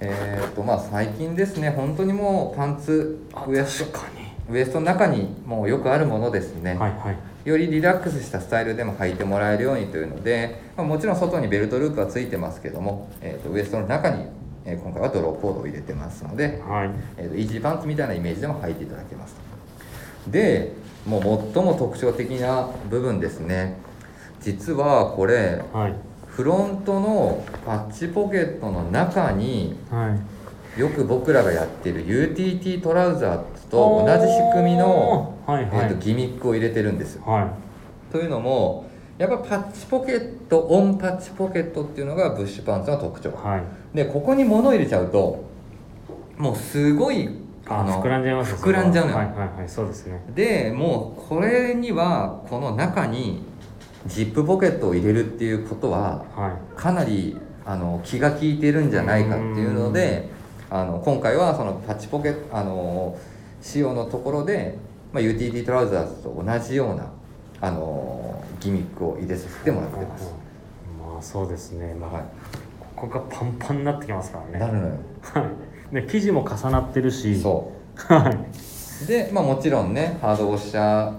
A: えっ、とまあ最近ですね本当にもうパンツウエスト
B: かに
A: ウエストの中にもうよくあるものですね、
B: はいはい
A: よりリラックスしたスタイルでも履いてもらえるようにというので、まあ、もちろん外にベルトループはついてますけども、えー、とウエストの中に、えー今回はドローコードを入れてますので、
B: はい
A: えーとイージーパンツみたいなイメージでも履いていただけますでもう最も特徴的な部分ですね実はこれ
B: はい
A: フロントのパッチポケットの中に
B: はい
A: よく僕らがやってる UTT トラウザーと同じ仕組みの、
B: おーはい
A: え
B: はい、
A: ー、とギミックを入れてるんですよ
B: はい
A: というのもやっぱパッチポケットオンパッチポケットっていうのがブッシュパンツの特徴
B: はい
A: でここに物を入れちゃうともうすごい
B: あ
A: あの
B: 膨らんじゃいますよ
A: 膨らんじゃうの
B: そ
A: よ
B: れははいはいはいそうですね
A: でもうこれにはこの中にジップポケットを入れるっていうことは
B: はい
A: かなりあの気が利いてるんじゃないかっていうのであの今回はそのパッチポケあの仕様のところで、まあ、UTD トラウザーズと同じようなあのギミックを入れさせてもらってます。
B: うんまあそうですねまあ、
A: は
B: ここがパンパンになってきますから
A: い、
B: ね
A: なるのよ。
B: はいね生地も重なってるし
A: そう
B: はい
A: で、まあ、もちろんねハードウォッシャ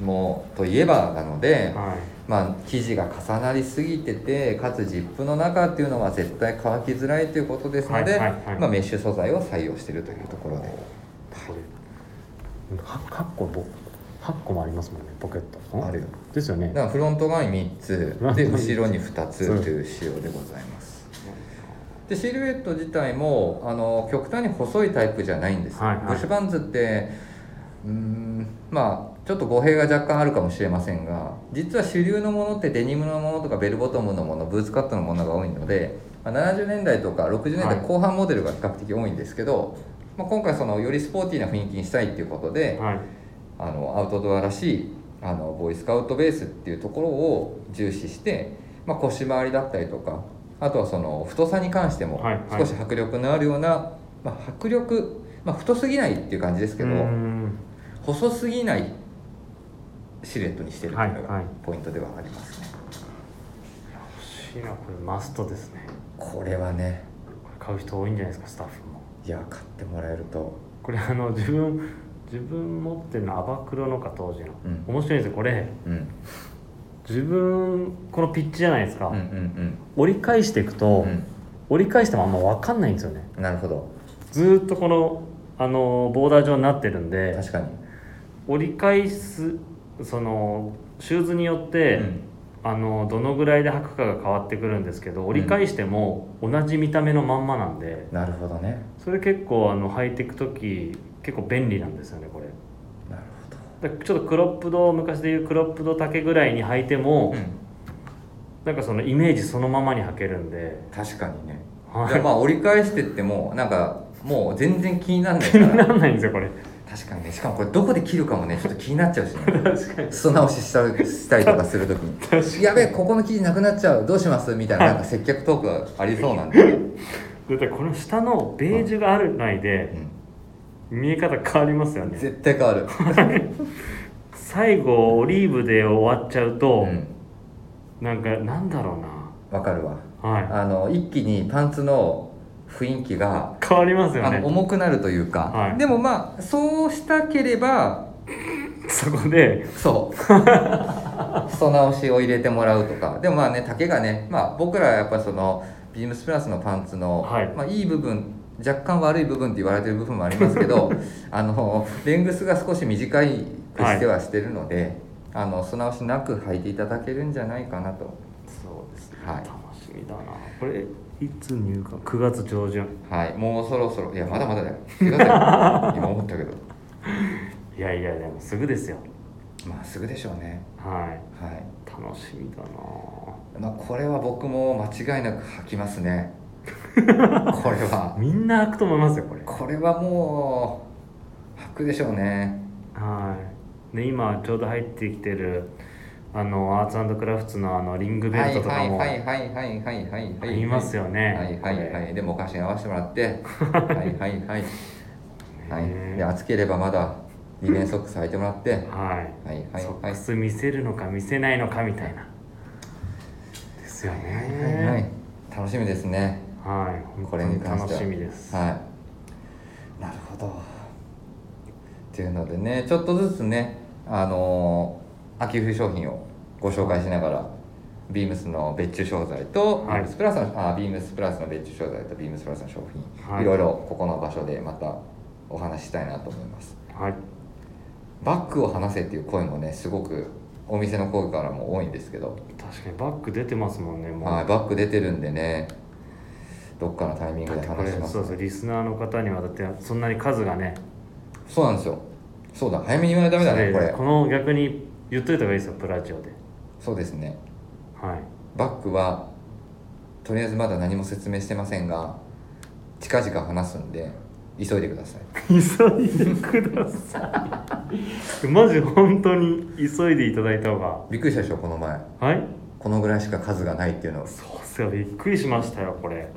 A: ーもといえばなので、
B: はい
A: まあ、生地が重なりすぎててかつジップの中っていうのは絶対乾きづらいということですので、
B: はいはいはい
A: まあ、メッシュ素材を採用しているというところで
B: これは8個ぼ8個もありますもんねポケットん
A: あるよ
B: ですよね
A: だからフロント側に3つで後ろに2つという仕様でございますでシルエット自体もあの極端に細いタイプじゃないんですよ、
B: はいはい
A: ブッシュバンズってうーんまあちょっと語弊が若干あるかもしれませんが実は主流のものってデニムのものとかベルボトムのものブーツカットのものが多いので、まあ70年代とか60年代後半モデルが比較的多いんですけど、まあ、今回そのよりスポーティーな雰囲気にしたいっていうことで、
B: はい
A: あのアウトドアらしいあのボーイスカウトベースっていうところを重視して、まあ、腰回りだったりとかあとはその太さに関しても
B: はいは
A: 少
B: い
A: し迫力のあるような、まあ、迫力、まあ、太すぎないっていう感じですけど
B: うーん
A: 細すぎないシルエットにしてるっていうの
B: はい
A: が
B: はい
A: ポイントではありますね、
B: 欲しいなこれマストですね
A: これはね
B: これ買う人多いんじゃないですかスタッフも
A: いや買ってもらえると
B: これあの (laughs) 自分自分持ってるのアバクロのか当時の、
A: うん
B: 面白いんですよこれ
A: うん
B: 自分このピッチじゃないですか、
A: うんうん
B: 折り返していく
A: う
B: と、
A: ん
B: 折り返してもあんま分かんないんですよね
A: うんなるほど
B: ずーっとこのあのボーダー状になってるんで
A: 確かに、
B: 折り返すそのシューズによって、
A: うん
B: あのどのぐらいで履くかが変わってくるんですけど折り返しても同じ見た目のまんまなんで、
A: なるほどね
B: それ結構あの履いていく時結構便利なんですよねこれ
A: なるほ
B: だからちょっとクロップド昔でいうクロップド丈ぐらいに履いても、
A: ど、うん、
B: なんかそのイメージそのままに履けるんで、
A: 確かにね
B: はい
A: じゃあまあ折り返してってもなんかもう全然気にならない
B: 気
A: か
B: にな
A: ら
B: らないんですよこれ
A: 確かにねしかもこれどこで切るかもねちょっと気になっちゃうしね
B: 確かに
A: 裾直ししたしたりとかするとき
B: 確か
A: に「
B: に
A: やべえここの生地なくなっちゃうどうします?」みたいななんか接客トークがありそうなんで、うん、
B: だってこの下のベージュがあるないで見え方変わりますよね
A: 絶対変わる、
B: 最後オリーブで終わっちゃう
A: う
B: と、
A: ん、
B: なんかなんだろ
A: わかるわ
B: うなは
A: あの一気にパンツの雰囲気が
B: い変わりますよ
A: あの
B: ね
A: 重くなるというか、
B: はい
A: でもまあそうしたければ
B: そこで
A: そう裾直しを入れてもらうとかでもまあね丈がね、まあ、僕らはやっぱそのビームスプラスのパンツの、
B: はい
A: まあ、いい部分若干悪い部分って言われてる部分もありますけ
B: (laughs)
A: どあのレングスが少し短いくしてはしてるので、あの素直しなく履いていただけるんじゃないかなと
B: そうですね
A: はい
B: 楽しみだなこれいつ入荷9月上旬
A: はいもうそろそろいやまだまだ
B: (laughs)
A: だよください今思ったけど
B: いやいやでもすぐですよ
A: まあすぐでしょうね
B: は
A: はい
B: い楽しみだな
A: まあ、これは僕も間違いなく履きます
B: (laughs)
A: ねこれは
B: みんな履くと思いますよこれ
A: これはもう履くでしょうね
B: はいで今ちょうど入ってきてるあのアーツクラフツのあのリングベ
A: は
B: ル
A: い
B: トとか
A: はい
B: も
A: はいはいはいはいはい
B: あ
A: はい
B: りますよ
A: はい
B: ね
A: はいはいいでもお菓子に合わせてもらって
B: (laughs)
A: はいはいはいはいで暑ければまだ二連ソックス履いてもらってはい
B: はい
A: はいはい
B: ソ
A: は
B: ッ
A: い
B: クス見せるのか見せないのかみたいなですよ
A: はいはい
B: ね
A: 楽しみですね
B: はい
A: これに関
B: 本
A: して
B: 当
A: は
B: 楽しみです
A: はいなるほどっていうのでねちょっとずつねあのー秋冬商品をご紹介しながら、ビームスの別注商材と、
B: は
A: ビ
B: い
A: ームスプラスのあビームスプラスの別注商材とビームスプラスの商品、
B: はい
A: いろいろここの場所でまたお話ししたいなと思います
B: はい
A: バッグを話せっていう声もねすごくお店の声からも多いんですけど、
B: 確かにバッグ出てますもんねもう
A: はい、バッグ出てるんでねどっかのタイミングで
B: これ
A: 話します
B: そうそうリスナーの方にはだってそんなに数がね
A: そうなんですよそうだ早めに言わないとダメだねこれ
B: の逆に言っといた方がいいですよプラジオで
A: そうですね
B: はい
A: バックはとりあえずまだ何も説明してませんが近々話すんで急いでください
B: 急いでくださいマジ本当に急いでいただいた方が
A: びっくりしたでしょこの前
B: はい
A: このぐらいしか数がないっていうの
B: そうっすよびっくりしましたよこれ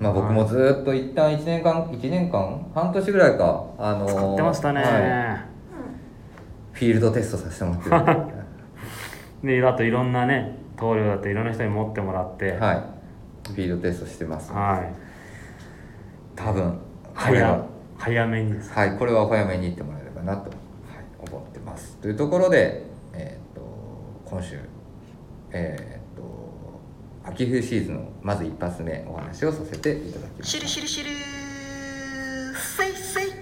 A: まあ僕もずーっと一旦1年間1年間半年ぐらいかあのー
B: 使ってましたね、
A: はいフィールドテストさせてもらってる
B: (laughs)
A: んで
B: であといろんなね棟梁だっていろんな人に持ってもらっては
A: はいフィールドテストしてます
B: い、
A: 多分これは
B: 早早めにです
A: はい、これはお早めに言ってもらえればなと、はい、思ってます。というところで、えー、と今週、えー、と秋冬シーズンのまず一発目お話をさせていただきま
C: シュル
A: す。
C: シュルシュルせいせい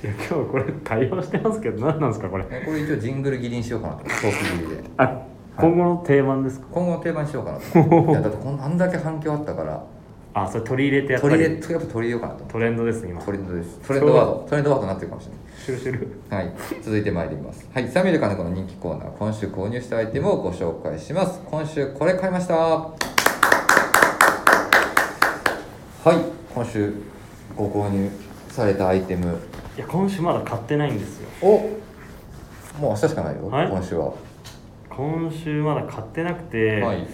B: いや今日これ対応してますけど何なんですかこれ
A: えこれ一応ジングル切りにしようかなと、トーク切りで。
B: あ今後の定番ですか
A: 今後の定番にしようかな
B: (laughs)
A: と。いやだってこんあんだけ反響あったから、
B: あそれ取り入れてやっぱ
A: 取
B: り
A: り入れやっぱ取り入れようかなと思
B: トレンドですね今
A: う。トレンドです。トレンドワード、トレンドワードになってるかもしれない。
B: シュルシュル
A: はい、続いてまいります。はい、サミュエルカネコの人気コーナー、今週購入したアイテムをご紹介します。今週これ買いました。はい、今週ご購入されたアイテム
B: いや今週まだ買ってないんですよ
A: を、もう明日しかないよ、
B: はい
A: 今週は。
B: 今週まだ買ってなくて、
A: はい、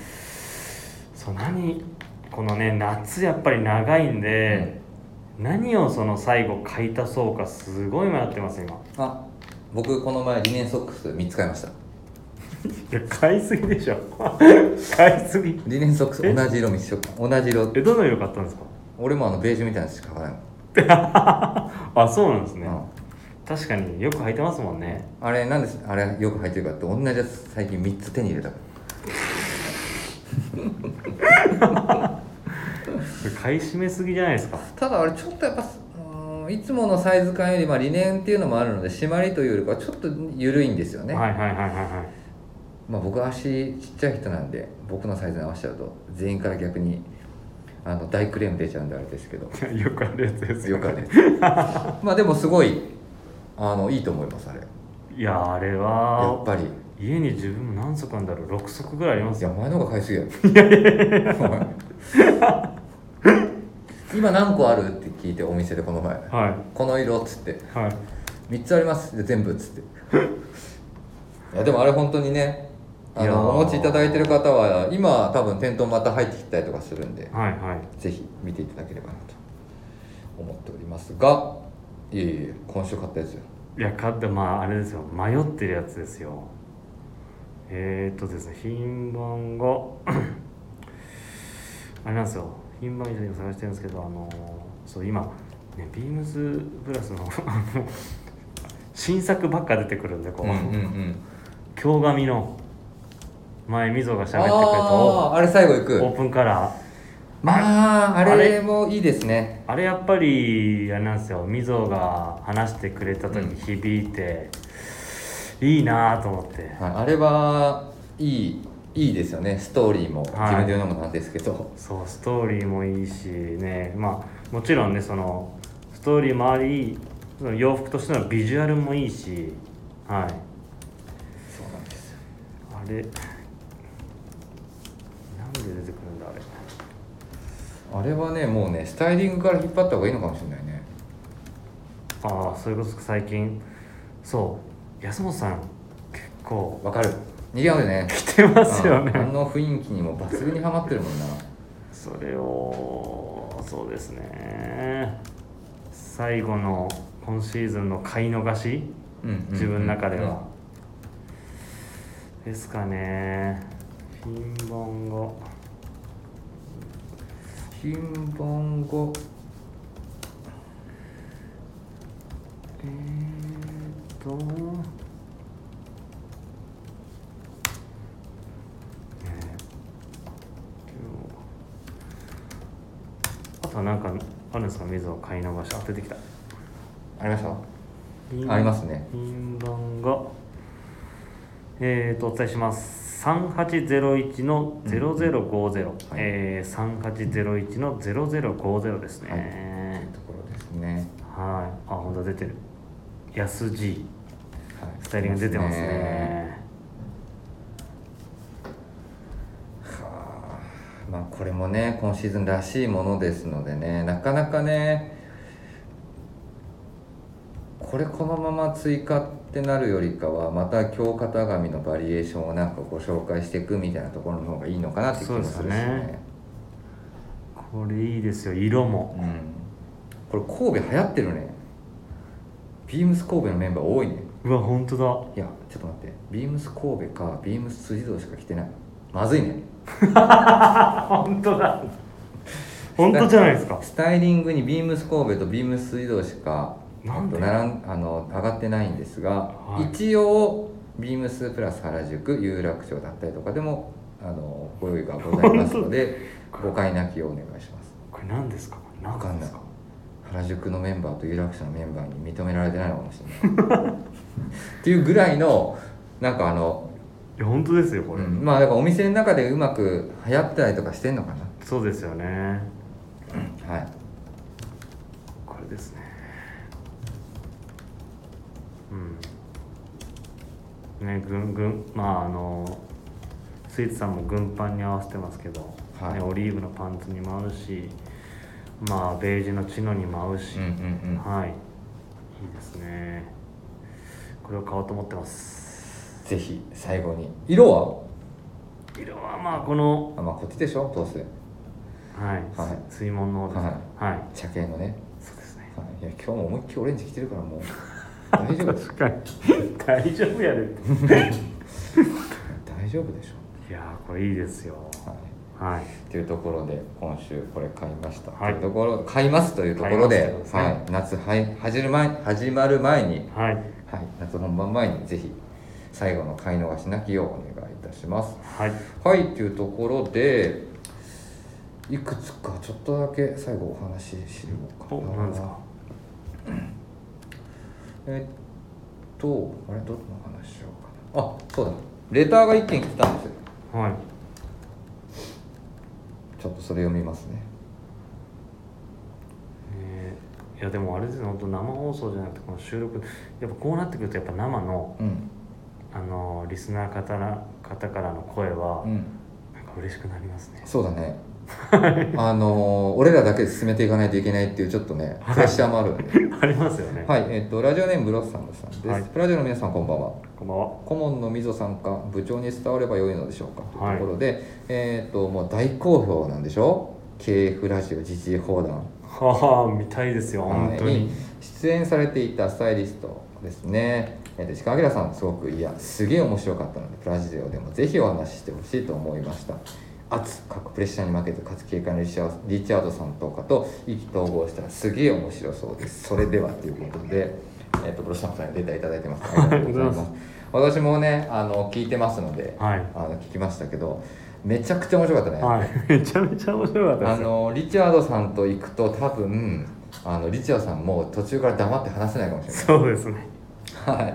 B: そう何このね夏やっぱり長いんで、何をその最後買い足そうかすごい迷ってます今
A: あ、僕この前リネンソックス3つ買いました。
B: いや買いすぎでしょ (laughs) 買いすぎ
A: リネンソックス同じ色にしようか。同じ色。
B: えどの色買ったんですか
A: 俺もあのベージュみたいなのしか買わないもん。
B: あそうなんですね、
A: うん
B: 確かによく履いてますもんね
A: あれなんですあれよく入ってるかって同じやつ最近3つ手に入れたから。
B: これ買い占めすぎじゃないですか
A: ただあれちょっとやっぱうーんいつものサイズ感よりまあ理念っていうのもあるので締まりというよりかはちょっと緩いんですよね、
B: はいはいはいはいはい
A: まあ、僕は足ちっちゃい人なんで僕のサイズに合わせちゃうと全員から逆にあの大クレーム出ちゃうんであれですけど
B: い (laughs) やよくあるやつです
A: よ
B: よ
A: くあるや (laughs) つまあでもすごいあのいいと思いますあれや
B: いやあれ
A: っ
B: は
A: ぱり
B: 家に自分も何足なんだろう6足ぐらいありま
A: い
B: す
A: や
B: よ
A: 前の方が買いすぎやろ今何個あるって聞いてお店でこの前
B: は
A: この色っつって
B: いはい
A: 3つありますで全部っつっていやでもあれ本当にねあ
B: いやー
A: のお持ちいただいてる方は今多分店頭また入ってきたりとかするんで
B: はいはい
A: ぜひ見ていただければなと思っておりますがいえいえ今週買ったやつよ
B: いや買ってまああれですよ迷ってるやつですよえー、っとですね品番が (coughs) あれなんですよ品番以上に探してるんですけどあのーそう今ねビームズプラスの (laughs) あの新作ばっか出てくるんでこう、
A: うんうんうん
B: 京紙の前みぞが喋ってくれた
A: あ
B: オ
A: ああれ最後いく
B: ープンカラー
A: まああ
B: あ
A: れ
B: れ
A: もいいですね
B: あれやっぱりあれなんですよみぞが話してくれた時
A: うん
B: 響いて、いいなぁと思って
A: はいあれはいいいいですよねストーリーも
B: い
A: 自分で言うのもなんですけど、
B: そうストーリーもいいしねまあもちろんねそのストーリーもありその洋服としてのビジュアルもいいしはい
A: そうなんですよ
B: あれなんで出てくるんだあ
A: あ
B: れ
A: れはねもうねスタイリングから引っ張った方がいいのかもしれないね
B: ああそれこそ最近そう安本さん結構
A: わかる似合うよね
B: 来てますよね
A: うんあの雰囲気にも抜群にはまってるもんな
B: それをそうですね最後の今シーズンの買い逃し
A: うんうんうん
B: 自分の中では、ですかね品番が
A: うん品番が
B: えー、っとえー今日あとはなんかあるんですか水を買い逃しあ出てきた
A: ありましたありますね
B: 品番がえー、とお伝えします3801の0050、えー、3801の0050です
A: とい
B: ね
A: うところですね
B: はいあ本当だ出てる安 G
A: はい
B: スタイリング出てますね
A: はあまあこれもね今シーズンらしいものですのでねなかなかねこれこのまま追加ってなるよりかはまた京型紙のバリエーションをなんかご紹介していくみたいなところの方がいいのかなって気もす
B: そう
A: るし
B: ですねこれいいですよ色も
A: うん、これ神戸流行ってるねビームス神戸のメンバー多いね
B: うわ本当だ
A: いやちょっと待ってビームス神戸かビームス辻堂しか来てないまずいね
B: 本当だ本当じゃないですか
A: スタイリングにビームス神戸とビームス水道しか
B: なんで
A: えっと並んあの上がってないんですが、
B: はい
A: 一応ビームスプラス原宿有楽町だったりとかでもあのご用意がございますの
B: (laughs)
A: で誤解なきをお願いします
B: これ何ですか何
A: かん
B: で
A: ない
B: すか
A: 原宿のメンバーと有楽町のメンバーに認められてないのかもしれない (laughs) っていうぐらいのなんかあの、
B: いや本当ですよこ
A: う
B: れ、
A: んまあだからお店の中でうまく流行ったりとかしてんのか
B: そうですよね
A: なはい
B: これですねうんねぐんぐんまああのスイーツさんも軍パンに合わせてますけど、
A: はい
B: ね、オリーブのパンツにも合うしまあベージュのチノにも合うし、
A: うんうんうん
B: はいいいですねこれを買おうと思ってます
A: ぜひ最後に色は
B: 色はまあこの
A: あまあこっちでしょどうせ
B: はい、
A: はい
B: す水門の方ですねはい、
A: 茶系のね、
B: そうですね
A: はい、いや今日も思いっきりオレンジ着てるから
B: (laughs)
A: もう大丈夫です
B: 確かに (laughs) 大丈夫やでって
A: 大丈夫でしょ
B: いやーこれいいですよ
A: はい
B: はい
A: っていうところで今週これ買いました、
B: はい
A: というところ買いますというところ
B: 買い
A: で
B: ますということですね
A: はい、夏はい始まる前始まる前に、
B: はい
A: はい、夏本番前にぜひ最後の買い逃しなきようお願いいたします
B: はい
A: はいというところでいくつかちょっとだけ最後お話ししようか
B: おなんですか
A: えっとあれどの話しようかなあそうだレターが1件来てたんですよ
B: はい
A: ちょっとそれ読みますね
B: えーいやでもあれですね本当生放送じゃなくてこの収録やっぱこうなってくるとやっぱ生の
A: うん
B: あのーリスナー方ら方からの声は
A: うん
B: なんか嬉しくなりますね
A: そうだ
B: (laughs)
A: ねあのー俺らだけで進めていかないといけないっていうちょっとねプレッシャーもあるよね
B: (laughs) ありますよね
A: はいえっ、とラジオネームブロスサンドさんです、
B: はい
A: プラジオの皆さんこんばんは
B: こんばんは
A: 顧問の溝さんか部長に伝わればよいのでしょうかと
B: はい
A: いうところで、えっ、ともう大好評なんでしょ KF ラジオ自治砲弾
B: はあ見たいですよ本当に
A: 出演されていたスタイリストですねえーと石川明さんすごくいやすげえ面白かったのでプラジオでもぜひお話ししてほしいと思いました圧かっこプレッシャーに負けずかつ警官のリチャーリチャードさんとかと意気投合したらすげえ面白そうですそれではということで、えー、とブロシャンさんに出ていただいてますありがとうございます私もねあの聞いてますので
B: はい
A: あの聞きましたけどめちゃくちゃ面白かったね、
B: はい (laughs) めちゃめちゃ面白かったで
A: あ
B: すよ
A: のリチャードさんと行くと多分あのリチャードさんも途中から黙って話せないかもしれ
B: そうですね
A: ないはいめ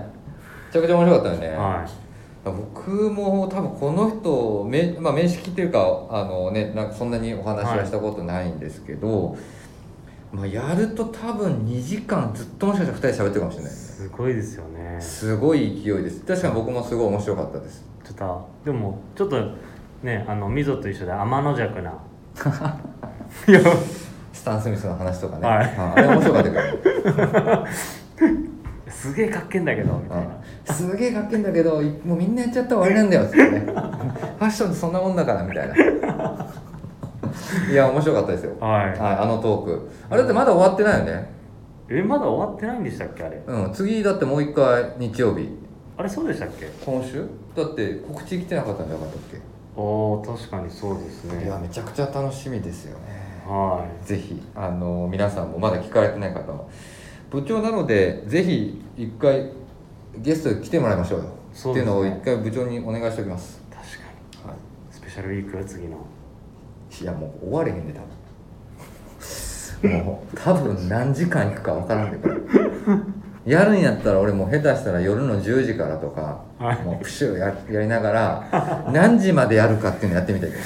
A: ちゃくちゃ面白かったよね、
B: はい
A: 僕も多分この人め、まあ、面識っていうかあの、ね、なんかそんなにお話はしたことないんですけど、まあ、やると多分2時間ずっともしかしたら2人喋ってるかもしれない
B: すごいですよね
A: すごい勢いです確かに僕もすごい面白かったです
B: ちょっとでもちょっとねあのミゾと一緒で天の弱 (laughs) ないや
A: スタン・スミスの話とかね、
B: はい
A: ああれ面白かったけど
B: すげえかっけえんだけどみたいな
A: うんすげえかっけえんだけどいもうみんなやっちゃったら終わりなんだよっつってね (laughs) ファッションってそんなもんだからみたいないや面白かったですよ
B: はい
A: あのトークあれってまだ終わってないよね
B: えまだ終わってないんでしたっけあれ
A: うん次だってもう一回日曜日
B: あれそうでしたっけ
A: 今週だって告知来てなかったんじゃなかったっ
B: おー確かにそうです
A: け、
B: ね
A: いやめちゃくちゃ楽しみですよね
B: は
A: ぜひあの皆さんもまだ聞かれてない方は部長なのでぜひ一回ゲストに来てもらいましょうよ
B: そう
A: って
B: で
A: い
B: す
A: う
B: ね
A: のを一回部長にお願いしておきます
B: い、確かに
A: はい
B: スペシャルウィークは次の
A: いやもう終われへんで多分もう多分何時間行くか分からんでこれやるんやったら俺もう下手したら夜の10時からとか、
B: はい
A: もうプシューややりながら何時までやるかっていうのやってみたいけ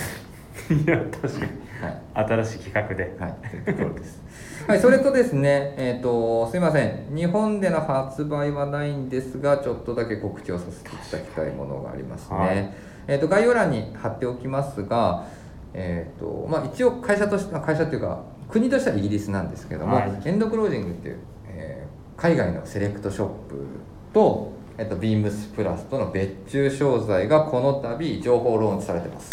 A: ど
B: (laughs) いや確かに
A: はい
B: 新しい企画で
A: はい、というところです。 (laughs) はい、それとですね、えっ、と、すいません。日本での発売はないんですが、ちょっとだけ告知をさせていただきたいものがありますね。
B: はい
A: えっ、と、概要欄に貼っておきますが、えっ、と、まあ、一応会社として、会社というか、国としてはイギリスなんですけども、
B: はい
A: エンドクロージングっていう、えー海外のセレクトショップと、えっと、ビームスプラスとの別注商材がこの度情報ローンチされてます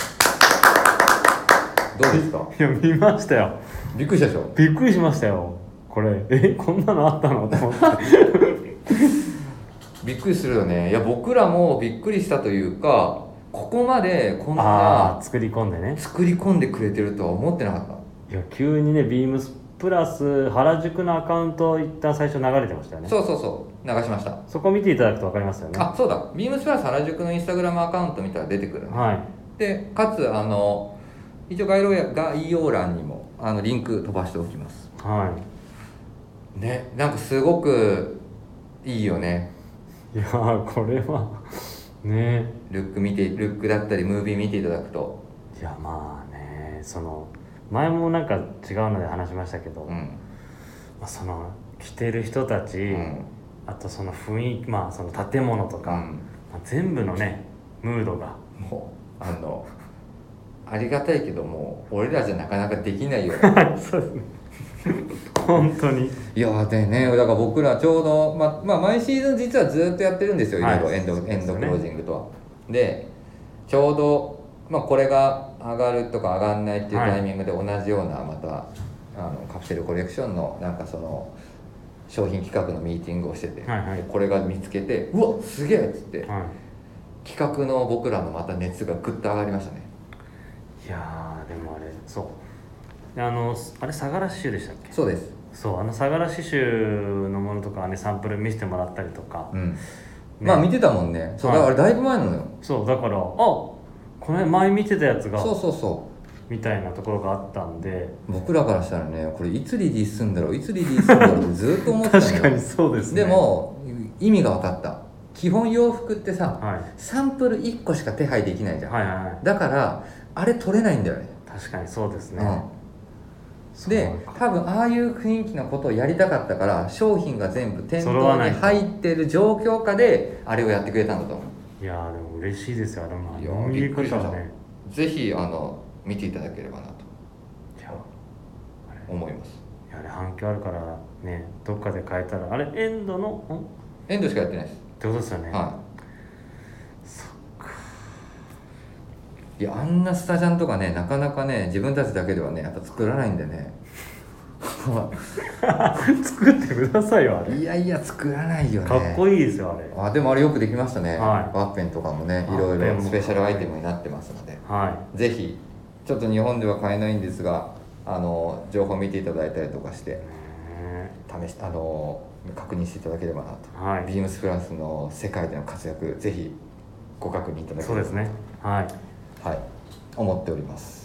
A: どうですか
B: いや見ましたよ
A: びっくりしたでしょ
B: びっくりしましたよこれえこんな (laughs) のあったのと思って
A: びっくりするよねいや僕らもびっくりしたというかここまでこん
B: ああ
A: な
B: 作り込んでね
A: 作り込んでくれてるとは思ってなかった
B: いや急にねビームスプラス原宿のアカウント一旦最初流れてましたよね
A: そうそうそう流しました
B: そこ見ていただくと分かりますよね
A: あそうだビームスプラス原宿のインスタグラムアカウント見たら出てくるね
B: は
A: でかつあの一応概要や概要欄にもあのリンク飛ばしておきます
B: いは
A: ねなんかすごくいいよね
B: いいやーこれはね
A: ルック見てルックだったりムービー見ていただくと
B: いやまあねその前もなんか違うので話しましたけど、
A: う
B: ま
A: ん、
B: あ、その着てる人たち、
A: うん
B: あとその雰囲気まあその建物とか、まあ、全部のねムードが
A: うん、もうあのありがたいけどもう俺らじゃなかなかできない
B: (laughs)
A: よね
B: (laughs) そうですね本当に
A: いやでねだから僕らちょうど、ままあ、毎シーズン実はずっとやってるんですよいろ
B: はいい
A: ろエンド,、
B: そう
A: エ
B: で
A: ン
B: すよ
A: ドク
B: ね
A: ロージングとは。でちょうど、まあ、これが上がるとか上がんないっていう
B: はい
A: タイミングで同じようなまたあのカプセルコレクションのなんかその商品企画のミーティングをしてて、
B: はいはい
A: でこれが見つけて「うわすげえ!」っつって
B: は
A: 企画の僕らのまた熱がぐっと上がりましたね。
B: いいやーでもあれそうであのあれ相良刺繍でしたっけ
A: そうです、
B: そうあの相良刺繍のものとかはねサンプル見せてもらったりとか、
A: うんまあ見てたもんねそうだからあれだいぶ前なのよ、
B: そうだからあこの前見てたやつが
A: そうそうそう
B: みたいなところがあったんで
A: 僕らからしたらねこれいつリリースすんだろういつリリースすんだろうってずっと思ってた (laughs) のよ
B: そうで
A: でも意味が分かった基本洋服ってさ、
B: はい、
A: サンプル1個しか手配できないじゃん、
B: はいはいはい
A: だからあれ取れないんだよね
B: 確かにそうですね、
A: うん、で
B: そう
A: 多分ああいう雰囲気のことをやりたかったから商品が全部店
B: 揃わ
A: 頭
B: な
A: に
B: いと
A: 入ってる状況下であれをやってくれたんだと思
B: いやーでも嬉しいですよでも
A: いや
B: 飲み
A: びっくりしまし
B: 方
A: た
B: はね
A: うぜひあの見ていただければなと
B: いやあれ
A: 思います
B: いやあれ反響あるからねどっかで変えたらあれエンドのんっ
A: エンドしかやってないです
B: てことですよね、
A: はい。いやあんなスタジャンとかねなかなかね自分たちだけではねやっぱ作らないんでね (laughs)
B: 作ってくださいよあれ
A: いやいや作らないよね
B: かっこいいですよあれ
A: あでもあれよくできましたね、
B: はい
A: ワッペンとかもねい
B: ワ
A: ろ
B: ッ
A: い
B: ペンも
A: ろスペシャルアイテムになってますので
B: は
A: ぜひちょっと日本では買えないんですがあの情報見ていただいたりとかして
B: い、ね
A: 試しあの確認していただければなと、
B: はい
A: ビームスプラスの世界での活躍ぜひご確認いただければ
B: そうですねはい
A: はい思っております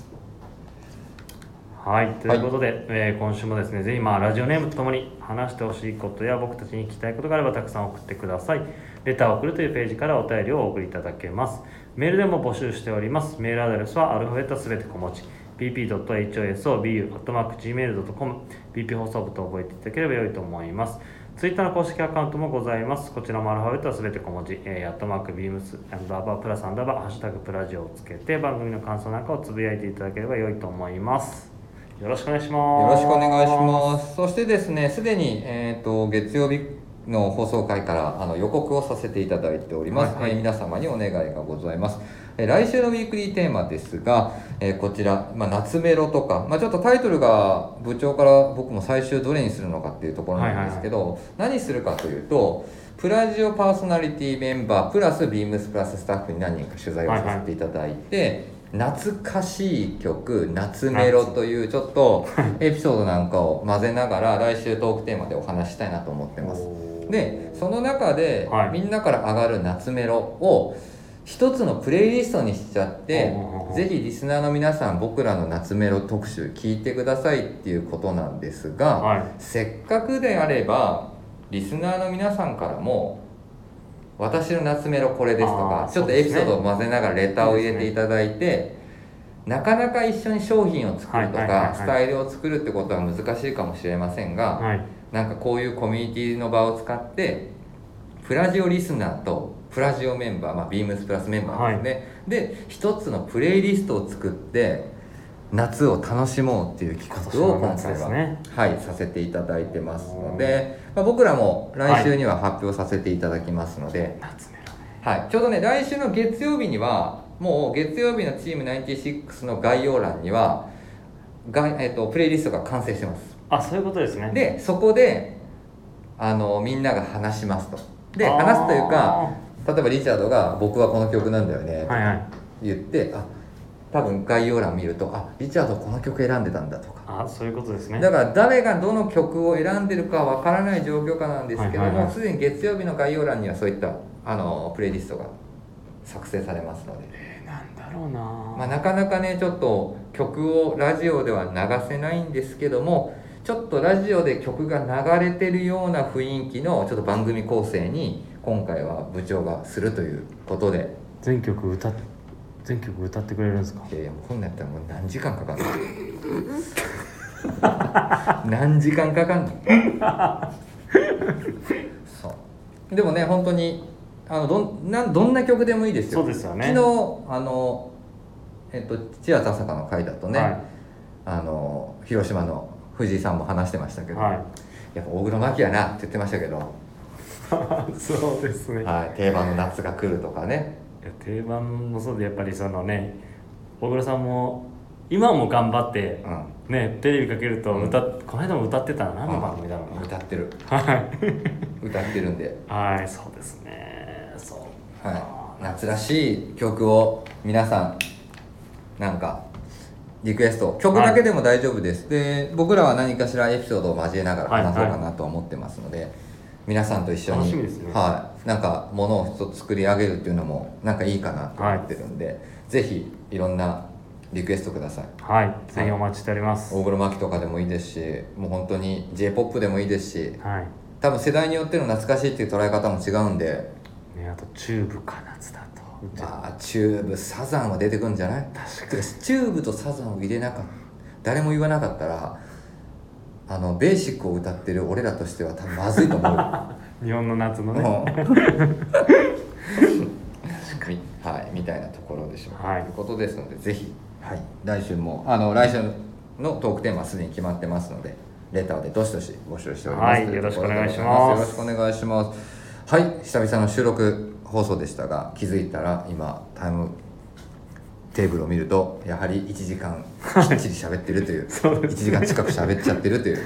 B: はい、ということで、えー今週もですね、ぜひまあラジオネームとともに話してほしいことや僕たちに聞きたいことがあればたくさん送ってください。レターを送るというページからお便りをお送りいただけます。メールでも募集しております。メールアドレスはアルファベットすべて小文字。bp.hosobu.gmail.com bp 放送部と覚えていただければ良いと思います。ツイッターの公式アカウントもございます。こちらもアルファベットはすべて小文字、えー、アットマークビームスアンダーバープラスアンダーバーハッシュタグプラジオをつけて番組の感想なんかをつぶやいていただければ良いと思います。よろしくお願いし
A: よ
B: ま
A: ろ
B: す。
A: しくお願いします。そしてですね、すでに、えー、と月曜日の放送回からあの予告をさせていただいております、
B: はいはい
A: えー皆様にお願いがございます。えー来週のウィークリーテーマですが、えーこちら、まあ、夏メロとか、まあ、ちょっとタイトルが部長から僕も最終どれにするのかっていうところなんですけど、何するかというと、プラジオパーソナリティメンバープラスビームスプラススタッフに何人か取材をさせていただいて、懐かしい曲「夏メロ」というちょっとエピソードなんかを混ぜながら来週トークテーマでお話したいなと思ってますでその中で、
B: はい
A: みんなから上がる夏メロを一つのプレイリストにしちゃって
B: おうおうおう
A: ぜひリスナーの皆さん僕らの夏メロ特集聞いてくださいっていうことなんですが、
B: は
A: せっかくであればリスナーの皆さんからも「私の夏メロこれです」とか
B: あー
A: ちょっとエピソードを混ぜながらレターを入れていただいて、なかなか一緒に商品を作るとか、
B: はいはいはいはい
A: スタイルを作るってことは難しいかもしれませんが、
B: い。はい。
A: なんかこういうコミュニティの場を使ってプラジオリスナーとプラジオメンバー、まあ、ビームスプラスメンバーですね、で一つのプレイリストを作って夏を楽しもうっていう企画を今
B: 今年の夏
A: 回
B: です
A: は、
B: ね
A: はい、させていただいてますので、まあ、僕らも来週には発表させていただきますので、
B: 夏メロね
A: はい、ちょうどね来週の月曜日にはもう月曜日のチーム96の概要欄にはが、えっとプレイリストが完成してます
B: あそういうことですね
A: でそこであのみんなが話しますとで
B: あー
A: 話すというか例えばリチャードが「僕はこの曲なんだよね」
B: はいはい
A: 言ってあ多分概要欄見ると「あリチャードこの曲選んでたんだ」とか
B: あそういうことですね
A: だから誰がどの曲を選んでるかわからない状況下なんですけど
B: はいはいは
A: も
B: い
A: すでに月曜日の概要欄にはそういったあのプレイリストが作成されますので、
B: えーなんだろうな
A: まあ、なかなかねちょっと曲をラジオでは流せないんですけどもちょっとラジオで曲が流れてるような雰囲気のちょっと番組構成に今回は部長がするということで
B: 全曲歌っ全曲歌ってくれるんですか
A: いやいやもうこんなんやったらもう何時間かかんの (laughs) 何時間かかんの (laughs) そうでもね本当にあのどんなんどんな曲でもいいですよ
B: そうですよね
A: 昨日あのえっと千代田坂の回だとね、
B: は
A: あの広島の藤井さんも話してましたけ
B: い、 (laughs)
A: ど、
B: は
A: やっぱ大黒摩季やなって言ってましたけど、
B: い、そうですね、
A: はい、定番の夏が来るとかね
B: いや定番もそうでやっぱりそのね小倉さんも今も頑張って
A: う、ん
B: ねテレビかけると
A: うん
B: 歌っ、この間も歌ってたら何の番組だろうな、
A: 歌ってる
B: はい
A: 歌ってるんで
B: はいそうですねそう
A: はい、夏らしい曲を皆さんなんかリクエスト曲だけでも大丈夫です、で僕らは何かしらエピソードを交えながら話そうかなと思ってますので、皆さんと一緒に
B: 楽しみですね
A: はい、なんかものを一つ作り上げるっていうのもなんかいいかなと思ってるんで、ぜひいろんなリクエストください
B: はいぜひお待ちしております
A: 大黒摩季とかでもいいですしもう本当に j p o p でもいいですし
B: はい
A: 多分世代によっての懐かしいっていう捉え方も違うんで
B: ねあとチューブか夏だと
A: まあチューブサザンは出てくるんじゃない
B: 確
A: でチューブとサザンを入れなかった誰も言わなかったらあのベーシックを歌ってる俺らとしては多分まずいと思う
B: 日本の夏のね、
A: もうはいみたいなところでしょう、
B: はい
A: ということですのでぜひ、はい、来週もあの来週のトークテーマはすでに決まってますのでレターでどしどし募集しております、
B: は
A: と
B: い
A: うとこで
B: よろしくお願いします
A: よろしくお願いしますはい久々の収録放送でしたが気づいたら今タイムテーブルを見るとやはり1時間きっちり喋ってるという
B: (laughs) そうで
A: 1時間近く喋っちゃってるという、
B: ね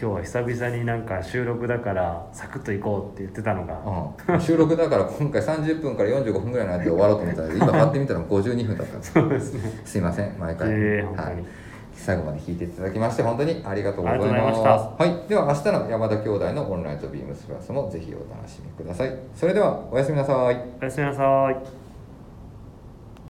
B: 今日は久々になんか収録だからサクッと行こうって言ってたのが、
A: うん、収録だから今回30分から45分ぐらいの間で終わろうと思ったら今割ってみたらもう52分だったんです
B: そう (laughs) ですね
A: すいません毎回、
B: いえいえ本当に
A: はい、最後まで聞いていただきまして本当にありがとうございます
B: ありがとうございま
A: はい、では明日の山田兄弟のオンラインとビームスプラスもぜひお楽しみくださいそれではおやすみなさい
B: おやすみなさい